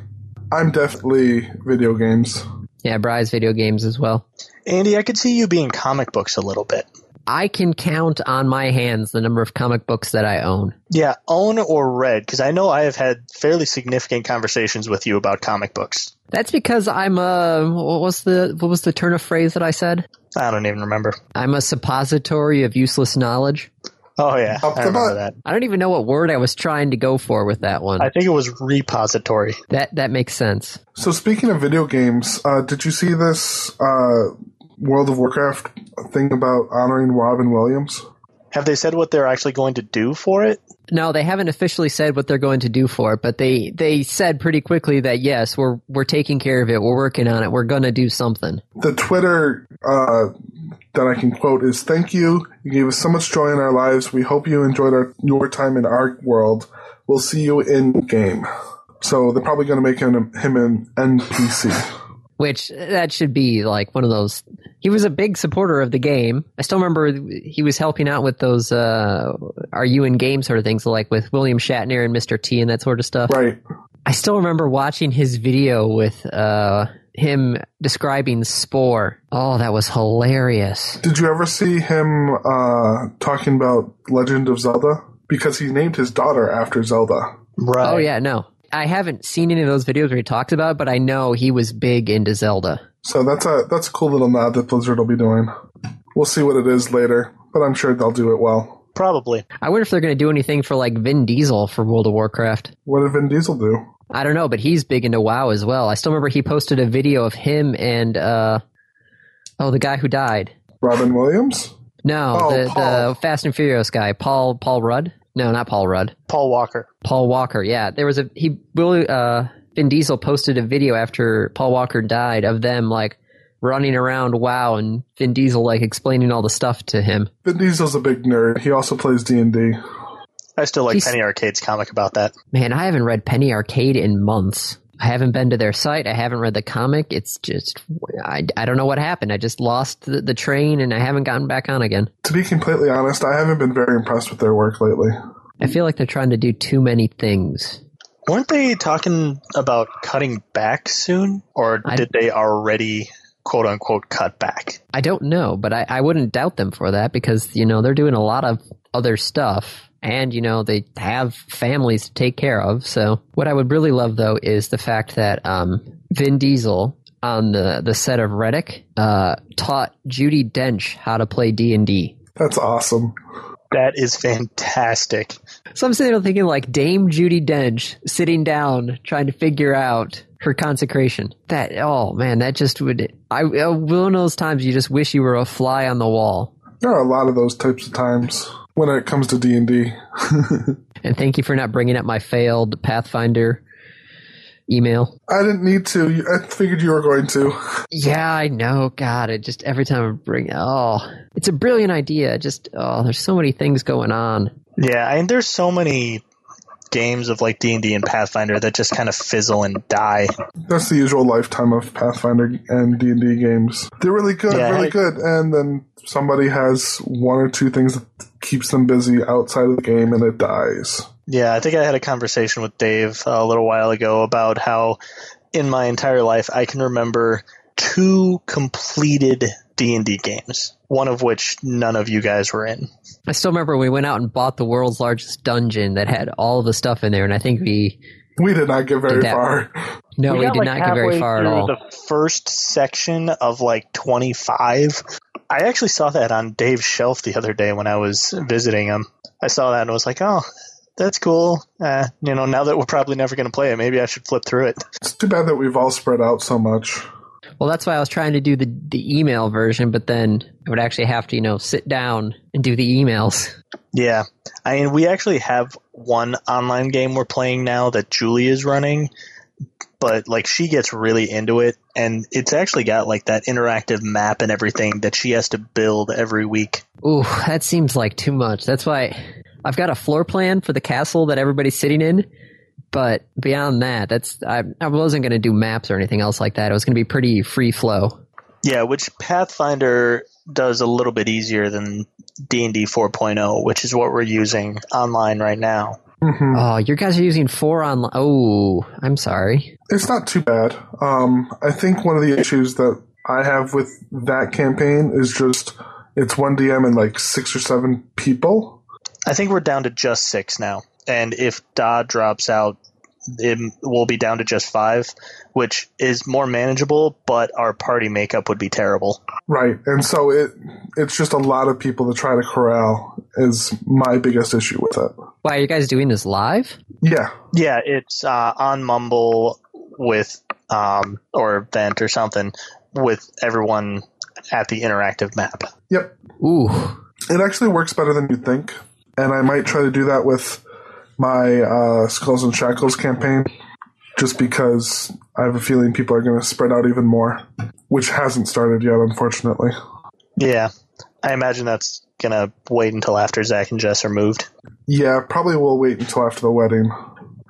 I'm definitely video games. Yeah, Bry's video games as well. Andy, I could see you being comic books a little bit. I can count on my hands the number of comic books that I own. Yeah, own or read, because I know I have had fairly significant conversations with you about comic books. That's because I'm a what was the what was the turn of phrase that I said? I don't even remember. I'm a suppository of useless knowledge. Oh yeah, Up I the remember that. butt. I don't even know what word I was trying to go for with that one. I think it was repository. that that makes sense. So, speaking of video games, uh, did you see this uh, World of Warcraft thing about honoring Robin Williams? Have they said what they're actually going to do for it? No, they haven't officially said what they're going to do for it, but they they said pretty quickly that yes, we're we're taking care of it. We're working on it. We're going to do something. the Twitter uh, that I can quote is "Thank you. You gave us so much joy in our lives. We hope you enjoyed our your time in our world. We'll see you in game." So they're probably going to make him him an NPC. Which uh, that should be like one of those. He was a big supporter of the game. I still remember he was helping out with those uh, "Are you in game?" sort of things, like with William Shatner and Mr. T and that sort of stuff. Right. I still remember watching his video with uh, him describing Spore. Oh, that was hilarious. Did you ever see him uh, talking about Legend of Zelda? Because he named his daughter after Zelda. Right. Oh yeah, no. I haven't seen any of those videos where he talks about it, but I know he was big into Zelda. So that's a that's a cool little nod that Blizzard will be doing. We'll see what it is later, but I'm sure they'll do it well. Probably. I wonder if they're going to do anything for like Vin Diesel for World of Warcraft. What did Vin Diesel do? I don't know, but he's big into WoW as well. I still remember he posted a video of him and uh oh, the guy who died. Robin Williams? No, Oh, the, Paul. the Fast and Furious guy, Paul Paul Rudd. No, not Paul Rudd. Paul Walker. Paul Walker. Yeah, there was a he. Will uh, Vin Diesel posted a video after Paul Walker died of them like running around WoW and Vin Diesel like explaining all the stuff to him. Vin Diesel's a big nerd. He also plays D and D. I still like He's- Penny Arcade's comic about that. Man, I haven't read Penny Arcade in months. I haven't been to their site. I haven't read the comic. It's just I, I don't know what happened. I just lost the, the train and I haven't gotten back on again. To be completely honest, I haven't been very impressed with their work lately. I feel like they're trying to do too many things. Weren't they talking about cutting back soon? Or I- did they already quote unquote cut back? I don't know, but I, I wouldn't doubt them for that because, you know, they're doing a lot of other stuff and, you know, they have families to take care of. So what I would really love though is the fact that um Vin Diesel on the, the set of Reddick uh taught Judy Dench how to play D and D. That's awesome. That is fantastic. So I'm sitting there thinking like Dame Judy Dench sitting down trying to figure out her consecration. That oh man, that just would I uh, one of those times you just wish you were a fly on the wall. There are a lot of those types of times when it comes to D and D. And thank you for not bringing up my failed Pathfinder email. I didn't need to. You- I figured you were going to. Yeah, I know. God, it just every time I bring oh, it's a brilliant idea. Just oh, there's so many things going on. Yeah, and there's so many games of like D&D and Pathfinder that just kind of fizzle and die. That's the usual lifetime of Pathfinder and D and D games. They're really good, Yeah, really I- good, and then somebody has one or two things that keeps them busy outside of the game, and it dies. Yeah, I think I had a conversation with Dave a little while ago about how in my entire life I can remember two completed D&D games, one of which none of you guys were in. I still remember we went out and bought the world's largest dungeon that had all the stuff in there, and I think we We did not get very Did that- far. no, we, got, did like, not get very halfway far at through all. The first section of like 25. I actually saw that on Dave's shelf the other day when I was visiting him. I saw that and was like, "Oh, that's cool." Uh, you know, now that we're probably never going to play it, maybe I should flip through it. It's too bad that we've all spread out so much. Well, that's why I was trying to do the the email version, but then I would actually have to you know sit down and do the emails. Yeah. I mean, we actually have one online game we're playing now that Julie is running, but like she gets really into it and it's actually got like that interactive map and everything that she has to build every week. Ooh, that seems like too much. That's why I've got a floor plan for the castle that everybody's sitting in. But beyond that, that's I, I wasn't going to do maps or anything else like that. It was going to be pretty free flow. Yeah, which Pathfinder does a little bit easier than D&D 4.0, oh, which is what we're using online right now. hmm Oh, your guys are using four online. Oh, I'm sorry. It's not too bad. Um, I think one of the issues that I have with that campaign is just it's one DM and like six or seven people. I think we're down to just 6 now. And if Da drops out, it will be down to just 5, which is more manageable, but our party makeup would be terrible. Right, and so it it's just a lot of people to try to corral is my biggest issue with it. Why are you guys doing this live? Yeah, Yeah, it's uh, on Mumble with um, or Vent or something with everyone at the interactive map. yep. Ooh, It actually works better than you'd think, and I might try to do that with my uh, Skulls and Shackles campaign, just because I have a feeling people are going to spread out even more, which hasn't started yet, unfortunately. Yeah, I imagine that's gonna wait until after Zach and Jess are moved. Yeah, probably we'll wait until after the wedding,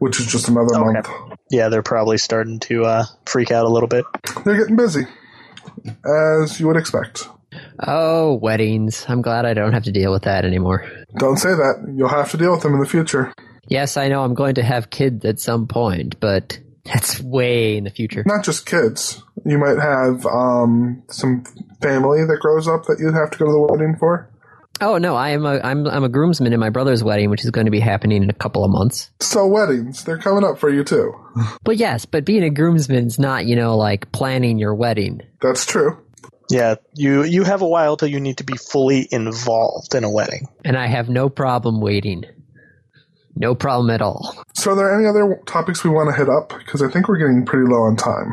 which is just another Okay. month. Yeah, they're probably starting to uh, freak out a little bit. They're getting busy, as you would expect. oh, weddings. I'm glad I don't have to deal with that anymore. Don't say that. You'll have to deal with them in the future. Yes, I know I'm going to have kids at some point, but that's way in the future. Not just kids. You might have um, some family that grows up that you'd have to go to the wedding for. Oh no, I am a I'm I'm a groomsman in my brother's wedding, which is going to be happening in a couple of months. So weddings, they're coming up for you too. But yes, but being a groomsman's not, you know, like planning your wedding. That's true. Yeah, you you have a while till you need to be fully involved in a wedding. And I have no problem waiting. No problem at all. So are there any other topics we want to hit up? Because I think we're getting pretty low on time.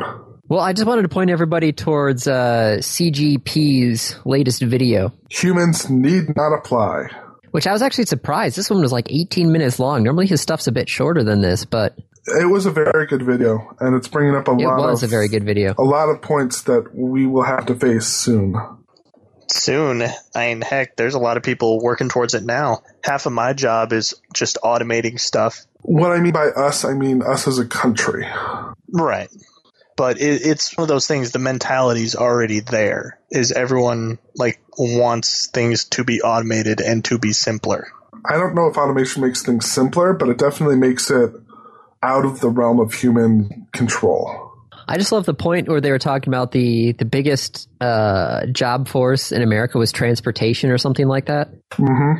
Well, I just wanted to point everybody towards uh, CGP's latest video, Humans need not apply. which I was actually surprised. This one was like 18 minutes long. Normally his stuff's a bit shorter than this, but It was a very good video, and it's bringing up a it lot was of a very good video. a lot of points that we will have to face soon. Soon, I mean, heck, there's a lot of people working towards it now. Half of my job is just automating stuff. What I mean by us, I mean us as a country. Right. But it, it's one of those things. The mentality's already there. Is everyone like wants things to be automated and to be simpler? I don't know if automation makes things simpler, but it definitely makes it out of the realm of human control. I just love the point where they were talking about the the biggest uh, job force in America was transportation or something like that. hmm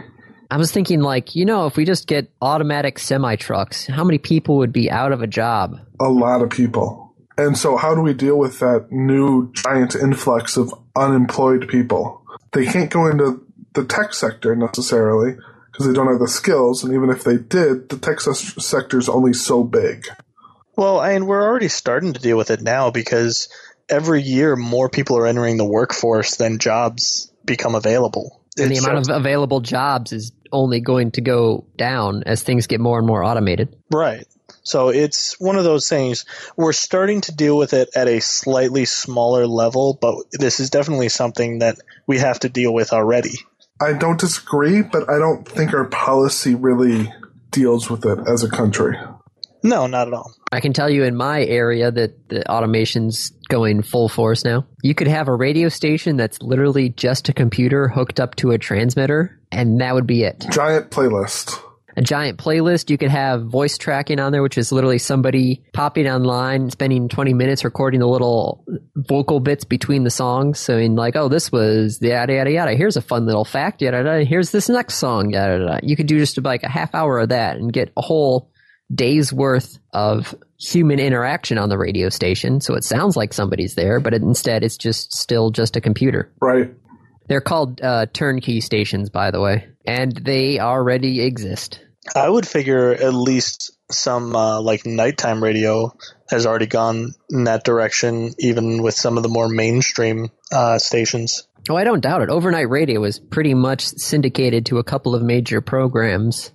I was thinking like, you know, if we just get automatic semi trucks, how many people would be out of a job? a lot of people. And so, how do we deal with that new giant influx of unemployed people? They can't go into the tech sector necessarily because they don't have the skills. And even if they did, the tech se- sector is only so big. Well, and we're already starting to deal with it now because every year more people are entering the workforce than jobs become available. And the It's amount just- of available jobs is only going to go down as things get more and more automated. right. So it's one of those things we're starting to deal with it at a slightly smaller level, but this is definitely something that we have to deal with already. I don't disagree, but I don't think our policy really deals with it as a country. No, not at all. I can tell you in my area that the automation's going full force now. You could have a radio station that's literally just a computer hooked up to a transmitter, and that would be it. Giant playlist. a giant playlist. You could have voice tracking on there, which is literally somebody popping online, spending 20 minutes recording the little vocal bits between the songs. So, in like, oh, this was yada, yada, yada. Here's a fun little fact, yada, yada. Here's this next song, yada, yada. You could do just like a half hour of that and get a whole day's worth of human interaction on the radio station. So it sounds like somebody's there, but it, instead it's just still just a computer. Right. They're called uh, turnkey stations, by the way, and they already exist. I would figure at least some uh, like nighttime radio has already gone in that direction, even with some of the more mainstream uh, stations. Oh, I don't doubt it. Overnight radio is pretty much syndicated to a couple of major programs,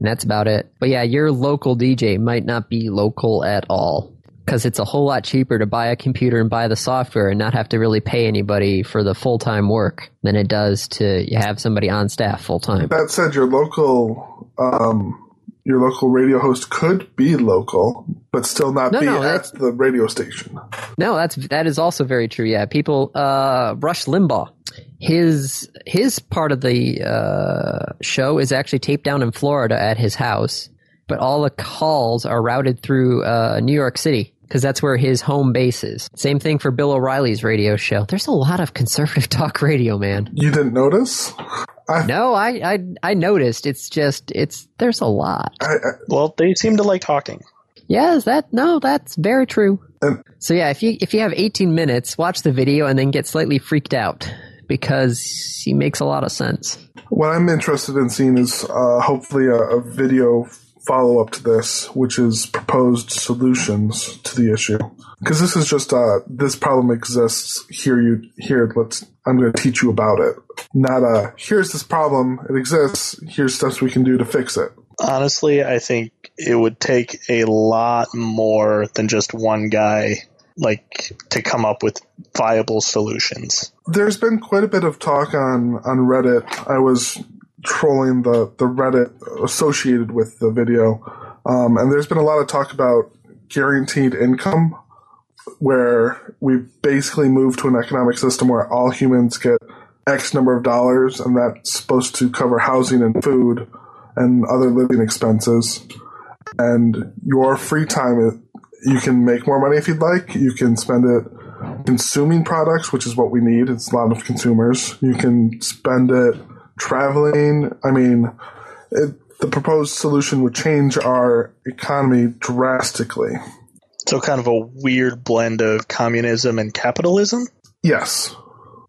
and that's about it. But yeah, your local DJ might not be local at all because it's a whole lot cheaper to buy a computer and buy the software and not have to really pay anybody for the full time work than it does to have somebody on staff full time. That said, your local um, your local radio host could be local, but still not No, be no, at that's- the radio station. No, that's that is also very true. Yeah, people. Uh, Rush Limbaugh, his his part of the uh, show is actually taped down in Florida at his house, but all the calls are routed through uh, New York City because that's where his home base is. Same thing for Bill O'Reilly's radio show. There's a lot of conservative talk radio, man. You didn't notice? No, I I, I noticed. It's just it's there's a lot. I, I, Well, they seem to like talking. Yes, that no, that's very true. Um, so yeah, if you if you have 18 minutes, watch the video and then get slightly freaked out because he makes a lot of sense. what I'm interested in seeing is uh, hopefully a, a video follow up to this, which is proposed solutions to the issue. Because this is just uh, this problem exists. Here you here let's I'm going to teach you about it. Not uh here's this problem. It exists. Here's steps we can do to fix it. Honestly, I think it would take a lot more than just one guy like to come up with viable solutions. there's been quite a bit of talk on on Reddit. I was trolling the the Reddit associated with the video, um, and there's been a lot of talk about guaranteed income, where we basically moved to an economic system where all humans get X number of dollars, and that's supposed to cover housing and food and other living expenses. And your free time, you can make more money if you'd like. You can spend it consuming products, which is what we need. It's a lot of consumers. You can spend it traveling. I mean, it, the proposed solution would change our economy drastically. So kind of a weird blend of communism and capitalism. Yes.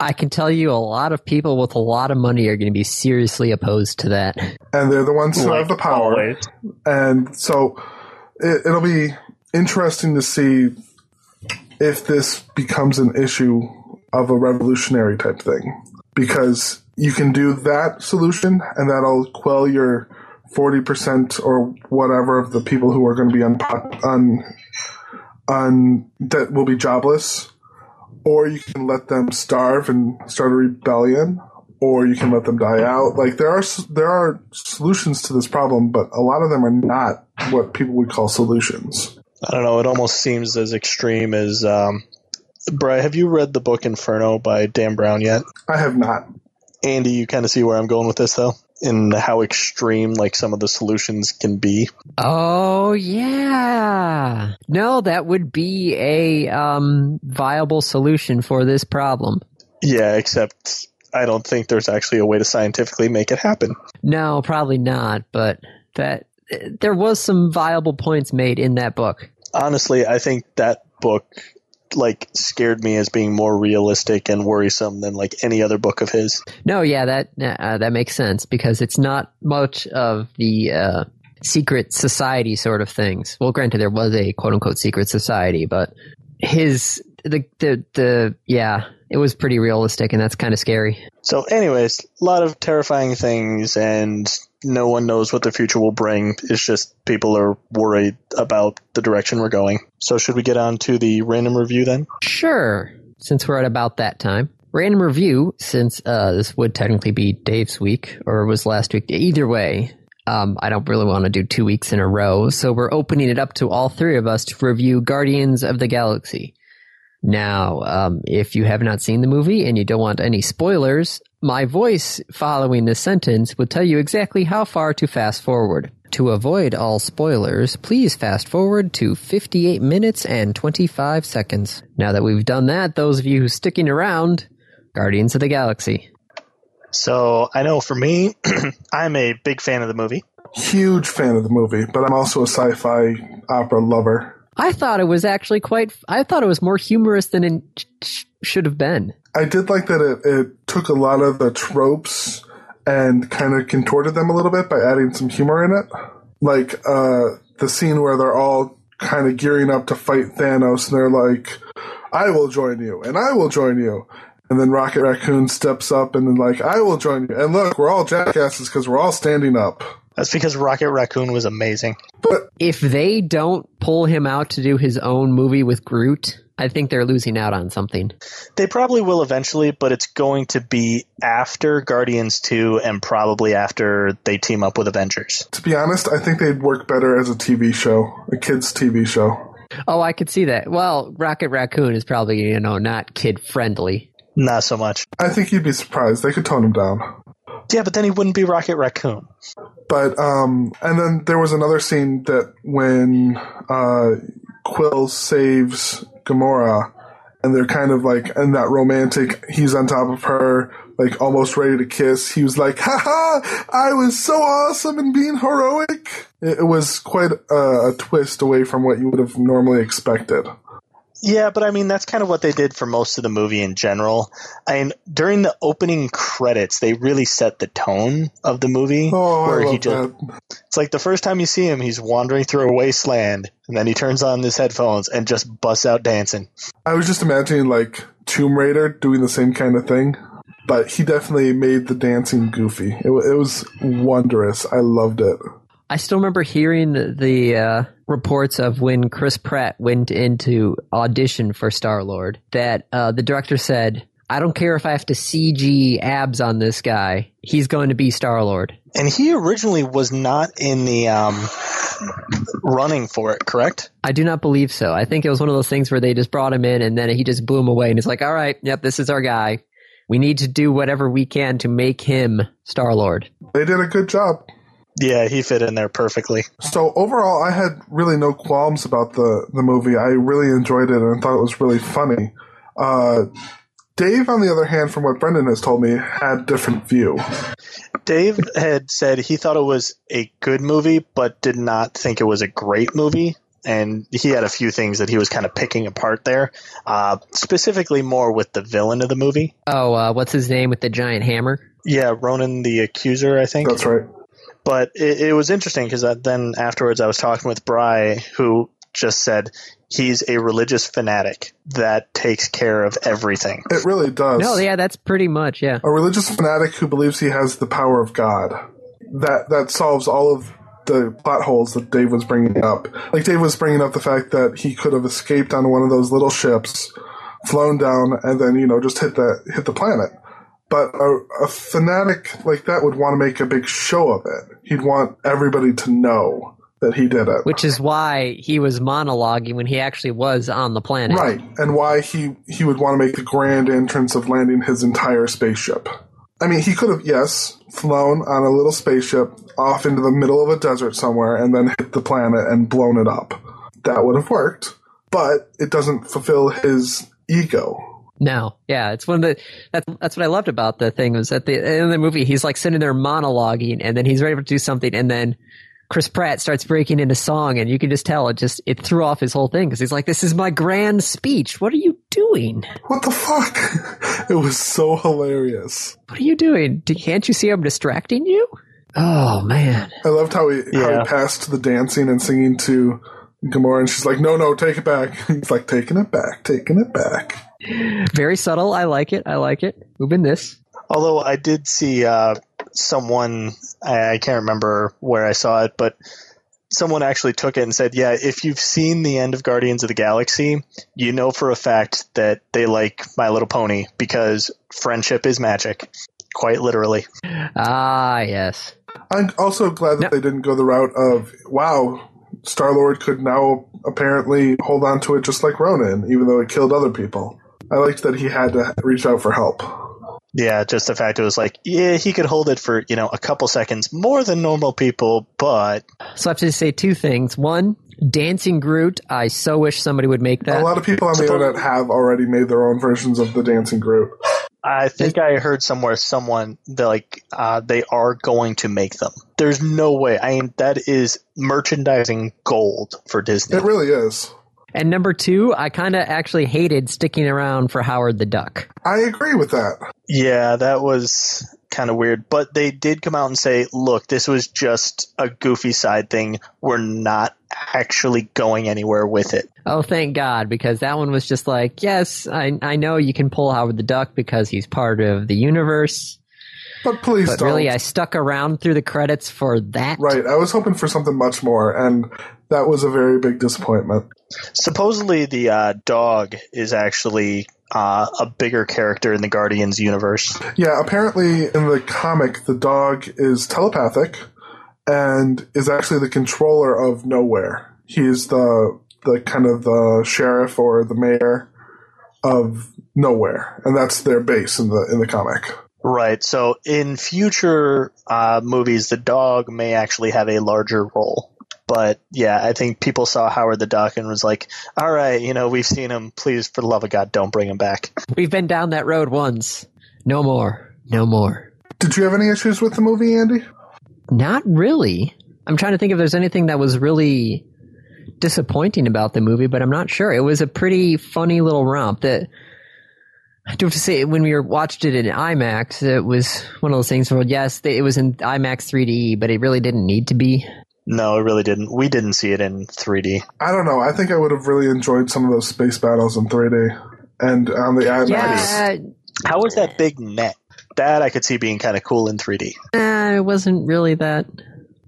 I can tell you a lot of people with a lot of money are going to be seriously opposed to that. And they're the ones who Like have the power. always. And so it, it'll be interesting to see if this becomes an issue of a revolutionary type thing. Because you can do that solution, and that'll quell your 40% or whatever of the people who are going to be unpo- un, un, that will be jobless. Or you can let them starve and start a rebellion, or you can let them die out. Like there are s- there are solutions to this problem, but a lot of them are not what people would call solutions. I don't know. It almost seems as extreme as. Um, Bri, have you read the book Inferno by Dan Brown yet? I have not. Andy, you kind of see where I'm going with this, though, in how extreme like some of the solutions can be. Oh yeah. No, that would be a um, viable solution for this problem. Yeah, except I don't think there's actually a way to scientifically make it happen. No, probably not, but that there was some viable points made in that book. Honestly, I think that book like scared me as being more realistic and worrisome than like any other book of his. No, yeah, that uh, that makes sense because it's not much of the uh, secret society sort of things. Well, granted, there was a quote unquote secret society, but his the the the yeah, it was pretty realistic, and that's kind of scary. So, anyways, a lot of terrifying things, and no one knows what the future will bring. It's just people are worried about the direction we're going. So, should we get on to the random review then? Sure, since we're at about that time. Random review, since uh, this would technically be Dave's week, or was last week. Either way, um, I don't really want to do two weeks in a row, so we're opening it up to all three of us to review Guardians of the Galaxy. Now, um, if you have not seen the movie and you don't want any spoilers, my voice following this sentence will tell you exactly how far to fast forward. To avoid all spoilers, please fast forward to 58 minutes and 25 seconds. Now that we've done that, those of you who's sticking around, Guardians of the Galaxy. So I know for me, I'm a big fan of the movie. Huge fan of the movie, but I'm also a sci-fi opera lover. I thought it was actually quite. I thought it was more humorous than it sh- should have been. I did like that it, it took a lot of the tropes and kind of contorted them a little bit by adding some humor in it. Like uh, the scene where they're all kind of gearing up to fight Thanos and they're like, I will join you and I will join you. And then Rocket Raccoon steps up and then, like, I will join you. And look, we're all jackasses because we're all standing up. That's because Rocket Raccoon was amazing. But If they don't pull him out to do his own movie with Groot, I think they're losing out on something. They probably will eventually, but it's going to be after Guardians 2 and probably after they team up with Avengers. to be honest, I think they'd work better as a TV show, a kids' TV show. Oh, I could see that. Well, Rocket Raccoon is probably you know not kid friendly. Not so much. I think you'd be surprised. They could tone him down. Yeah, but then he wouldn't be Rocket Raccoon. But um, and then there was another scene that when uh, Quill saves Gamora, and they're kind of like in that romantic. He's on top of her, like almost ready to kiss. He was like, "Ha ha! I was so awesome and being heroic." It, it was quite a, a twist away from what you would have normally expected. Yeah, but I mean that's kind of what they did for most of the movie in general. I mean, during the opening credits, they really set the tone of the movie. Oh, I where love he just, that. It's like the first time you see him, he's wandering through a wasteland, and then he turns on his headphones and just busts out dancing. I was just imagining like Tomb Raider doing the same kind of thing, but he definitely made the dancing goofy. It, wa- it was wondrous. I loved it. I still remember hearing the, the uh, reports of when Chris Pratt went into audition for Star Lord that uh, the director said, "I don't care if I have to CG abs on this guy. He's going to be Star Lord." And he originally was not in the um, running for it, correct? I do not believe so. I think it was one of those things where they just brought him in and then he just blew him away and it's like, all right, yep, this is our guy. We need to do whatever we can to make him Star Lord. They did a good job. Yeah, he fit in there perfectly. So overall, I had really no qualms about the the movie. I really enjoyed it and thought it was really funny. Uh, Dave, on the other hand, from what Brendan has told me, had different view. Dave had said he thought it was a good movie, but did not think it was a great movie. And he had a few things that he was kind of picking apart there, uh, specifically more with the villain of the movie. Oh, uh, what's his name with the giant hammer? Yeah, Ronan the Accuser, I think. That's right. but it, it was interesting because then afterwards I was talking with Bry, who just said he's a religious fanatic that takes care of everything. It really does. No, yeah, that's pretty much, yeah. a religious fanatic who believes he has the power of God. That that solves all of the plot holes that Dave was bringing up. Like Dave was bringing up the fact that he could have escaped on one of those little ships, flown down, and then you know just hit the hit the planet. But a, a fanatic like that would want to make a big show of it. He'd want everybody to know that he did it. Which is why he was monologuing when he actually was on the planet. Right, and why he he would want to make the grand entrance of landing his entire spaceship. I mean, he could have yes flown on a little spaceship off into the middle of a desert somewhere and then hit the planet and blown it up. That would have worked, but it doesn't fulfill his ego. No, yeah, it's one of the that's that's what I loved about the thing was at the end of the movie he's like sitting there monologuing and then he's ready to do something and then Chris Pratt starts breaking into song and you can just tell it just it threw off his whole thing because he's like this is my grand speech what are you doing What the fuck? it was so hilarious. what are you doing D- can't you see I'm distracting you oh man I loved how he how Yeah. he passed the dancing and singing to Gamora, and she's like, "No, no, take it back." He's like, "Taking it back, taking it back." very subtle I like it I like it moving this Although I did see uh, someone, I, I can't remember where I saw it, but someone actually took it and said, yeah, if you've seen the end of Guardians of the Galaxy, you know for a fact that they like My Little Pony because friendship is magic, quite literally. ah yes I'm also glad that No. they didn't go the route of wow, Star Lord could now apparently hold on to it just like Ronan, even though it killed other people. I liked that he had to reach out for help. Yeah, just the fact it was like, yeah, he could hold it for, you know, a couple seconds more than normal people, but So I have to say two things. One, Dancing Groot. I so wish somebody would make A that. lot of people on the internet have already made their own versions of the Dancing Group. I think I heard somewhere someone that like uh, they are going to make them. There's no way. I mean, that is merchandising gold for Disney. It really is. And number two, I kind of actually hated sticking around for Howard the Duck. I agree with that. Yeah, that was kind of weird. But they did come out and say, look, this was just a goofy side thing. We're not actually going anywhere with it. Oh, thank God, because that one was just like, yes, I, I know you can pull Howard the Duck because he's part of the universe. But please But don't. really, I stuck around through the credits for that. Right. I was hoping for something much more, and that was a very big disappointment. Supposedly, the uh, dog is actually uh, a bigger character in the Guardians universe. Yeah, apparently in the comic, the dog is telepathic and is actually the controller of nowhere. He's the the kind of the sheriff or the mayor of nowhere, and that's their base in the in the comic. Right. So, in future uh, movies, the dog may actually have a larger role. But yeah, I think people saw Howard the Duck and was like, all right, you know, we've seen him. Please, for the love of God, don't bring him back. We've been down that road once. No more. No more. Did you have any issues with the movie, Andy? Not really. I'm trying to think if there's anything that was really disappointing about the movie, but I'm not sure. It was a pretty funny little romp that I do have to say when we were, watched it in IMAX, it was one of those things where yes, they, it was in IMAX 3D, but it really didn't need to be. No, it really didn't. We didn't see it in 3D. I don't know. I think I would have really enjoyed some of those space battles in 3D and on the IMAX. Yeah, How was that big net? That I could see being kind of cool in 3D. uh, it wasn't really that.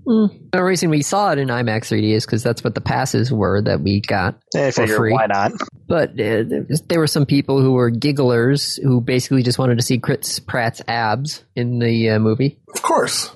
Mm. The reason we saw it in IMAX 3D is because that's what the passes were that we got. I figure free. why not? But uh, there were some people who were gigglers who basically just wanted to see Chris Pratt's abs in the uh, movie. Of course.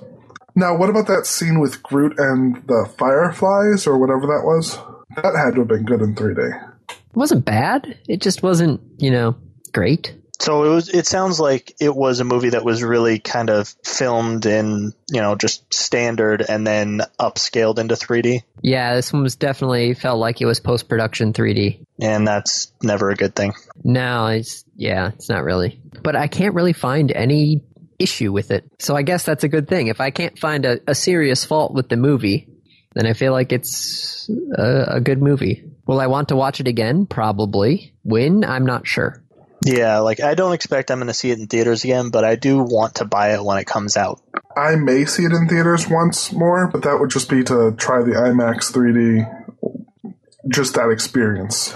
Now, what about that scene with Groot and the fireflies or whatever that was? That had to have been good in 3D. It wasn't bad. It just wasn't, you know, great. So it was. It sounds like it was a movie that was really kind of filmed in you know just standard and then upscaled into 3D, Yeah, this one was definitely felt like it was post production 3D. and that's never a good thing. No, it's yeah, it's not really. But I can't really find any issue with it. So I guess that's a good thing. If I can't find a, a serious fault with the movie, then I feel like it's a, a good movie. Will I want to watch it again? Probably. When? I'm not sure. Yeah, like I don't expect I'm going to see it in theaters again, but I do want to buy it when it comes out. I may see it in theaters once more, but that would just be to try the IMAX 3D, just that experience.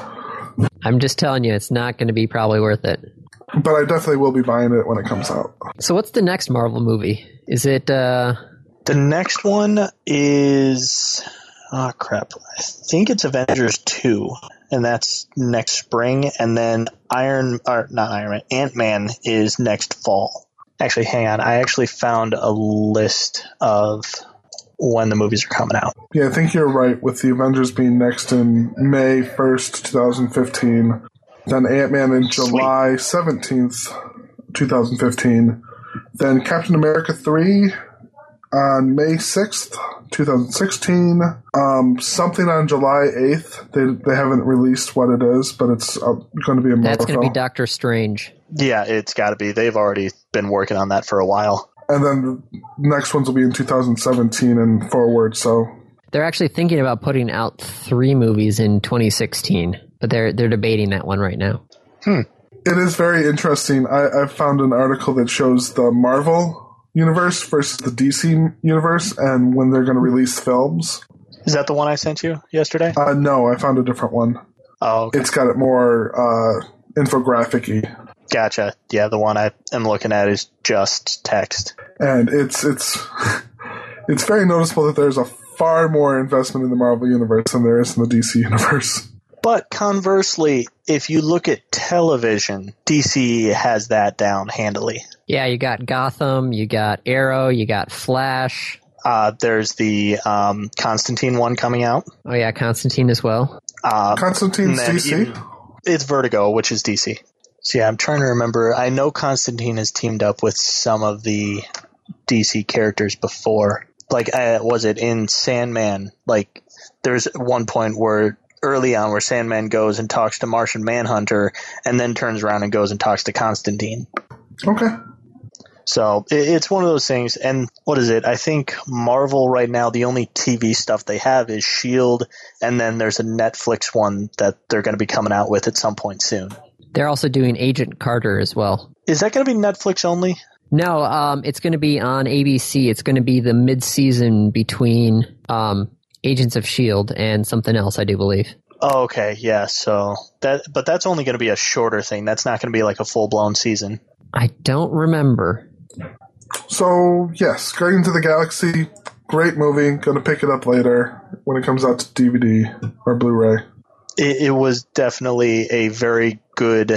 I'm just telling you, it's not going to be probably worth it. But I definitely will be buying it when it comes out. So, what's the next Marvel movie? Is it? uh The next one is oh crap. I think it's Avengers two, and that's next spring, and then Iron or not Iron Man, Ant Man is next fall. Actually, hang on. I actually found a list of when the movies are coming out. Yeah, I think you're right with the Avengers being next in May 1st, 2015, then Ant Man in July 17th, 2015, then Captain America 3 on May 6th, 2016, um, something on July 8th. They, they haven't released what it is, but it's uh, going to be a That's going to be marathon. Doctor Strange. Yeah, it's got to be. They've already been working on that for a while. and then next ones will be in 2017 and forward, so They're actually thinking about putting out three movies in 2016, but they're they're debating that one right now. It is very interesting. I, I found an article that shows the Marvel universe versus the DC universe and when they're going to release films. Is that the one I sent you yesterday? Uh, no, I found a different one. Oh, okay. It's got it more uh, infographic y. gotcha. Yeah, the one I am looking at is just text. And it's, it's, it's very noticeable that there's a far more investment in the Marvel universe than there is in the DC universe. But conversely, if you look at television, DC has that down handily. Yeah, you got Gotham, you got Arrow, you got Flash. Uh, there's the um, Constantine one coming out. Oh yeah, Constantine as well. Uh, and Constantine's then DC. even- it's Vertigo, which is DC. So yeah, I'm trying to remember. I know Constantine has teamed up with some of the DC characters before. Like, uh, was it in Sandman? Like, there's one point where early on where Sandman goes and talks to Martian Manhunter, and then turns around and goes and talks to Constantine. okay. So it, it's one of those things. And what is it? I think Marvel right now, the only TV stuff they have is Shield, E and then there's a Netflix one that they're going to be coming out with at some point soon. They're also doing Agent Carter as well. Is that going to be Netflix only? No, um, it's going to be on ABC. It's going to be the mid-season between um, Agents of Shield and something else, I do believe. Oh, okay, yeah. So that, but that's only going to be a shorter thing. That's not going to be like a full blown season. I don't remember. So yes, Guardians of the Galaxy, great movie. Gonna pick it up later when it comes out to DVD or Blu-ray. It, it was definitely a very good,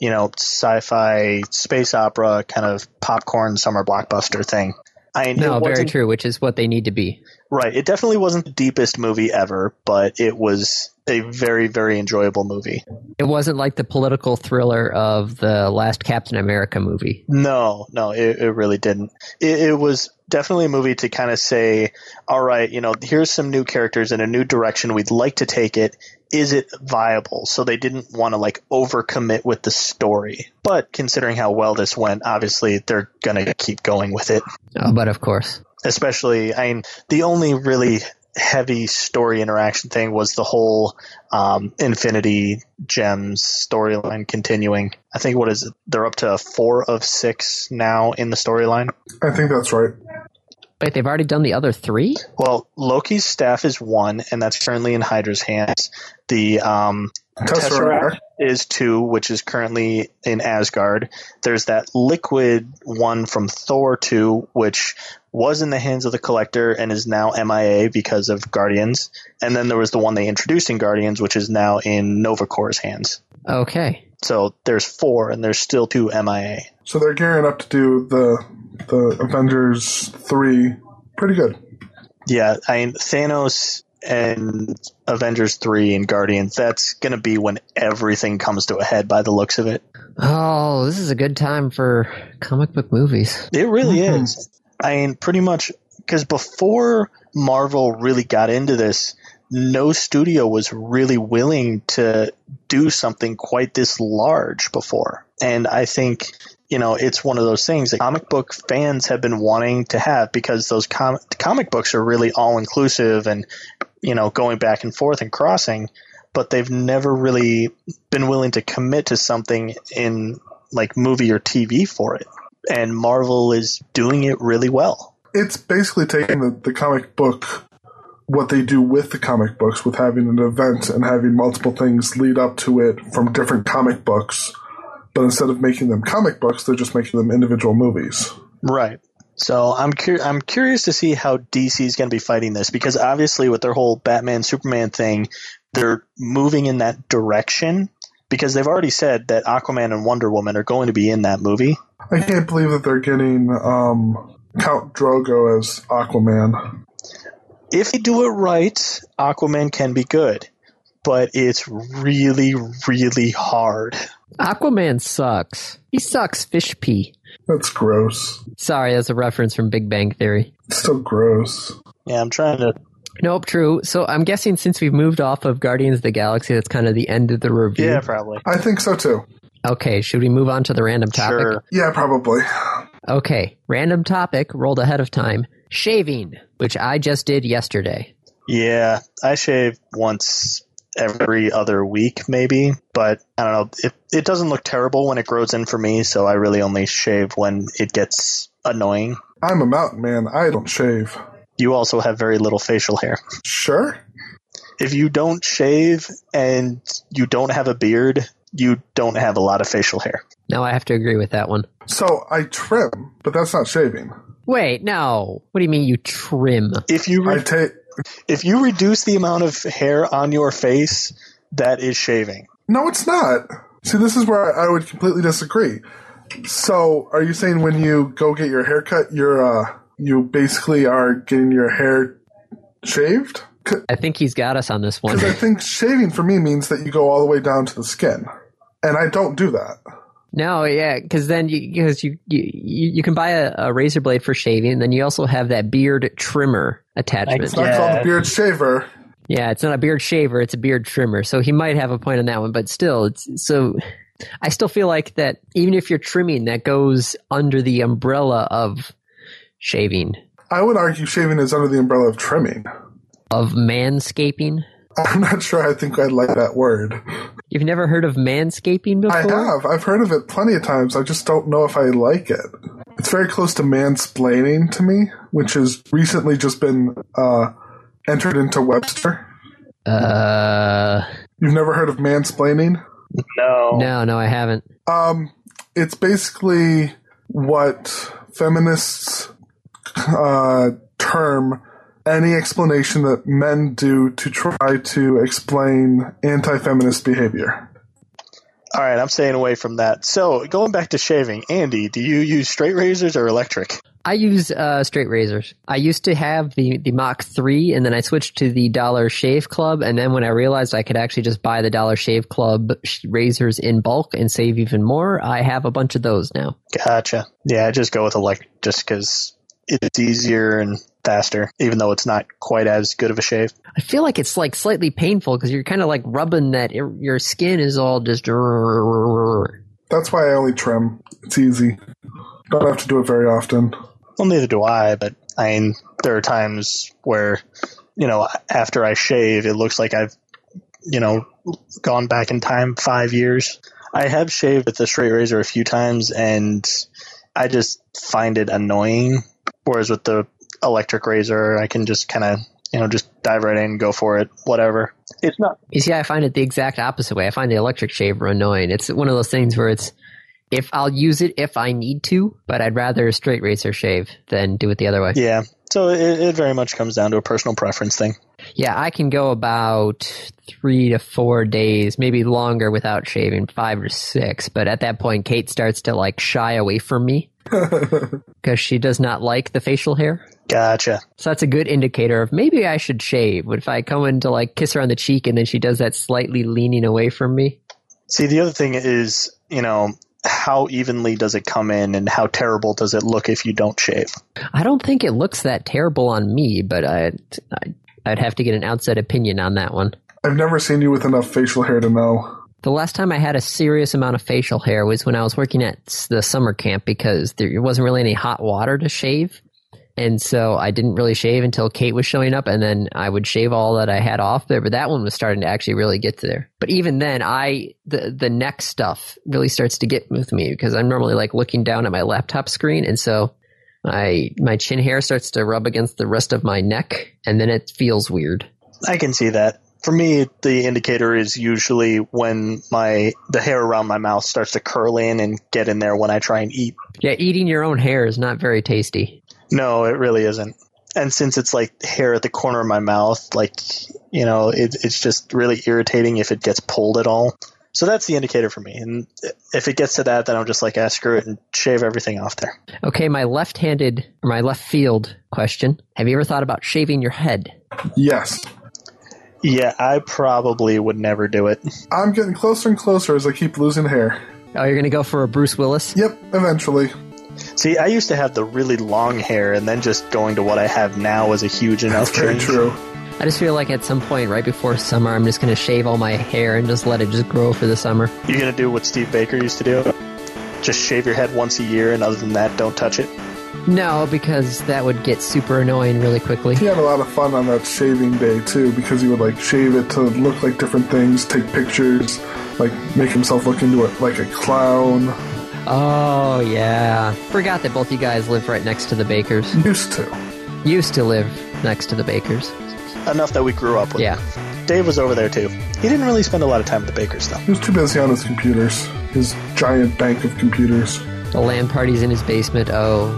you know, sci-fi space opera kind of popcorn summer blockbuster thing. I No, it very wasn't- true. Which is what they need to be. Right. It definitely wasn't the deepest movie ever, but it was a very, very enjoyable movie. It wasn't like the political thriller of the last Captain America movie. No, no, it, it really didn't. It, it was definitely a movie to kind of say, all right, you know, here's some new characters in a new direction. We'd like to take it. Is it viable? So they didn't want to like overcommit with the story. But considering how well this went, obviously they're going to keep going with it. Oh, but of course, especially I mean the only really heavy story interaction thing was the whole um, Infinity Gems storyline continuing. I think what is it? They're up to four of six now in the storyline. I think that's right. wait, they've already done the other three. Well, Loki's staff is one, and that's currently in Hydra's hands. The um, Tesseract. Tesseract is two, which is currently in Asgard. There's that liquid one from Thor 2, which was in the hands of the collector and is now MIA because of Guardians. And then there was the one they introduced in Guardians, which is now in Novacor's hands. Okay, So there's four, and there's still two MIA. So they're gearing up to do the the Avengers three. Pretty good. Yeah, I mean, Thanos and Avengers 3 and Guardians, that's going to be when everything comes to a head by the looks of it. Oh, this is a good time for comic book movies. It really Mhm. is. I mean, pretty much because before Marvel really got into this, no studio was really willing to do something quite this large before. And I think, you know, it's one of those things that comic book fans have been wanting to have because those com- comic books are really all inclusive and, you know, going back and forth and crossing, but they've never really been willing to commit to something in like movie or TV for it and Marvel is doing it really well. It's basically taking the, the comic book, what they do with the comic books, with having an event and having multiple things lead up to it from different comic books. But instead of making them comic books, they're just making them individual movies. Right. So I'm cur- I'm curious to see how DC is going to be fighting this because obviously with their whole Batman Superman thing, they're moving in that direction because they've already said that Aquaman and Wonder Woman are going to be in that movie. I can't believe that they're getting um, Count Drogo as Aquaman. If they do it right, Aquaman can be good, but it's really really hard. Aquaman sucks. He sucks fish pee. That's gross. Sorry, that's a reference from Big Bang Theory. It's still gross. Yeah, I'm trying to Nope, true. So I'm guessing since we've moved off of Guardians of the Galaxy, that's kind of the end of the review. Yeah, probably. I think so too. Okay, should we move on to the random topic? Sure. Yeah, probably. Okay, random topic rolled ahead of time. Shaving, which I just did yesterday. Yeah, I shave once every other week, maybe, but I don't know. It, it doesn't look terrible when it grows in for me, so I really only shave when it gets annoying. I'm a mountain man. I don't shave. You also have very little facial hair. Sure. If you don't shave and you don't have a beard, you don't have a lot of facial hair. No, I have to agree with that one. So I trim, but that's not shaving. Wait, no. What do you mean you trim? If you I re- take if you reduce the amount of hair on your face, that is shaving. no, it's not. See, this is where I, I would completely disagree. So, are you saying when you go get your haircut, you're uh, you basically are getting your hair shaved. I think he's got us on this one. Because I think shaving for me means that you go all the way down to the skin, and I don't do that. No, yeah, because then you because you, you you you can buy a, a razor blade for shaving, and then you also have that beard trimmer attachment. It's not Yeah. called a beard shaver. Yeah, it's not a beard shaver; it's a beard trimmer. So he might have a point on that one, but still, it's so. I still feel like that even if you're trimming, that goes under the umbrella of shaving, I would argue shaving is under the umbrella of trimming. of manscaping. I'm not sure I think I'd like that word. You've never heard of manscaping before? I have. I've heard of it plenty of times. I just don't know if I like it. It's very close to mansplaining to me, which has recently just been uh, entered into Webster. Uh, You've never heard of mansplaining? No. no, no, I haven't. Um, it's basically what feminists uh, term any explanation that men do to try to explain anti-feminist behavior. All right, I'm staying away from that. So, going back to shaving, Andy, do you use straight razors or electric? I use uh, straight razors. I used to have the, the Mach 3, and then I switched to the Dollar Shave Club. And then when I realized I could actually just buy the Dollar Shave Club sh- razors in bulk and save even more, I have a bunch of those now. Gotcha. Yeah, I just go with electric just because it's easier and faster, even though it's not quite as good of a shave. I feel like it's like slightly painful because you're kind of like rubbing that, your your skin is all just. That's why I only trim. It's easy. Don't have to do it very often. Well, neither do I, but I mean, there are times where, you know, after I shave, it looks like I've, you know, gone back in time five years. I have shaved with the straight razor a few times, and I just find it annoying. Whereas with the electric razor, I can just kind of, you know, just dive right in, go for it, whatever. It's not. You see, I find it the exact opposite way. I find the electric shaver annoying. It's one of those things where it's if I'll use it if I need to, but I'd rather a straight razor shave than do it the other way. Yeah. So it, it very much comes down to a personal preference thing. Yeah, I can go about three to four days, maybe longer without shaving, five or six. But at that point, Kate starts to like shy away from me because she does not like the facial hair. Gotcha. So that's a good indicator of maybe I should shave. But if I come in to like kiss her on the cheek and then she does that slightly leaning away from me, See, the other thing is, you know, how evenly does it come in and how terrible does it look if you don't shave? I don't think it looks that terrible on me. But I, I I'd have to get an outside opinion on that one. I've never seen you with enough facial hair to know. The last time I had a serious amount of facial hair was when I was working at s- the summer camp because there wasn't really any hot water to shave. And so I didn't really shave until Kate was showing up, and then I would shave all that I had off there. But that one was starting to actually really get to there. But even then, I the the neck stuff really starts to get with me because I'm normally like looking down at my laptop screen, and so my my chin hair starts to rub against the rest of my neck, and then it feels weird. I can see that. For me, the indicator is usually when my the hair around my mouth starts to curl in and get in there when I try and eat. Yeah, eating your own hair is not very tasty. No, it really isn't. And since it's like hair at the corner of my mouth, like you know, it, it's just really irritating if it gets pulled at all. So that's the indicator for me. And if it gets to that, then I'm just like, ah, screw it and shave everything off there. Okay, my left-handed, or my left field question. Have you ever thought about shaving your head? Yes. Yeah, I probably would never do it. I'm getting closer and closer as I keep losing hair. Oh, you're gonna go for a Bruce Willis? Yep, eventually. See, I used to have the really long hair, and then just going to what I have now was a huge enough Very change. true. I just feel like at some point, right before summer, I'm just gonna shave all my hair and just let it just grow for the summer. You're gonna do what Steve Baker used to do? Just shave your head once a year, and other than that, don't touch it. No, because that would get super annoying really quickly. He had a lot of fun on that shaving day too, because he would like shave it to look like different things, take pictures, like make himself look into it like a clown. Oh yeah, forgot that both you guys live right next to the Bakers. Used to. Used to live next to the Bakers. Enough that we grew up with. Yeah. Dave was over there too. He didn't really spend a lot of time at the Baker's though. He was too busy on his computers, his giant bank of computers. The land party's in his basement. Oh,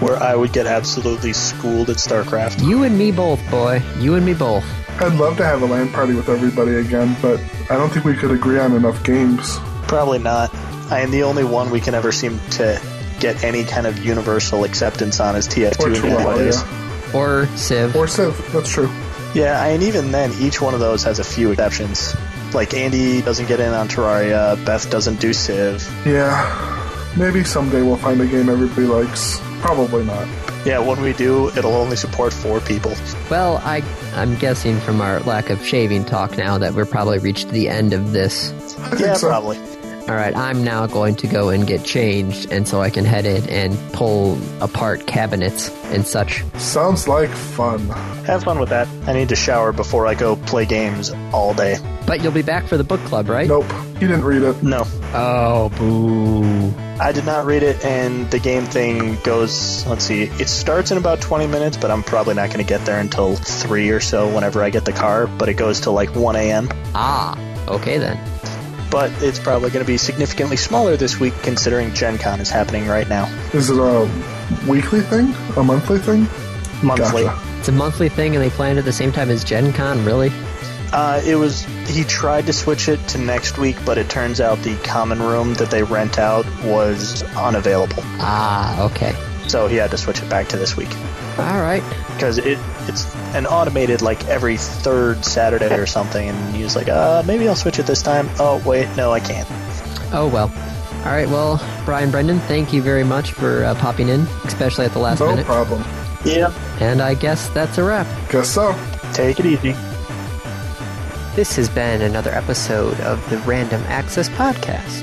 Where I would get absolutely schooled at StarCraft. you and me both, boy. You and me both. I'd love to have a LAN party with everybody again, but I don't think we could agree on enough games. Probably not. I am the only one we can ever seem to get any kind of universal acceptance on as Or TF2 Chihuahua, nowadays. yeah. Or Civ. Or Civ, that's true. Yeah, and even then, each one of those has a few exceptions. Like Andy doesn't get in on Terraria, Beth doesn't do Civ. Yeah. Maybe someday we'll find a game everybody likes. Probably not. Yeah, when we do, it'll only support four people. Well, I, I'm guessing from our lack of shaving talk now that we're probably reached the end of this. I think Yeah, so. probably. All right, I'm now going to go and get changed, and so I can head in and pull apart cabinets and such. Sounds like fun. Have fun with that. I need to shower before I go play games all day. But you'll be back for the book club, right? Nope. You didn't read it. No, Oh, boo. I did not read it, and the game thing goes. Let's see, it starts in about 20 minutes, but I'm probably not going to get there until 3 or so whenever I get the car, but it goes to like 1 a.m. Ah, okay then. But it's probably going to be significantly smaller this week considering Gen Con is happening right now. Is it a weekly thing? A monthly thing? Monthly. Gotcha. It's a monthly thing, and they play it at the same time as Gen Con, really? Uh, it was. He tried to switch it to next week, but it turns out the common room that they rent out was unavailable. Ah, okay. So he had to switch it back to this week. All right. because it it's an automated like every third Saturday or something, and he was like, uh, maybe I'll switch it this time. Oh wait, no, I can't. Oh, well. All right, well, Brian Brendan, thank you very much for uh, popping in, especially at the last No minute. problem. Yeah, And I guess that's a wrap. Guess so. take it easy. This has been another episode of the Random Access Podcast.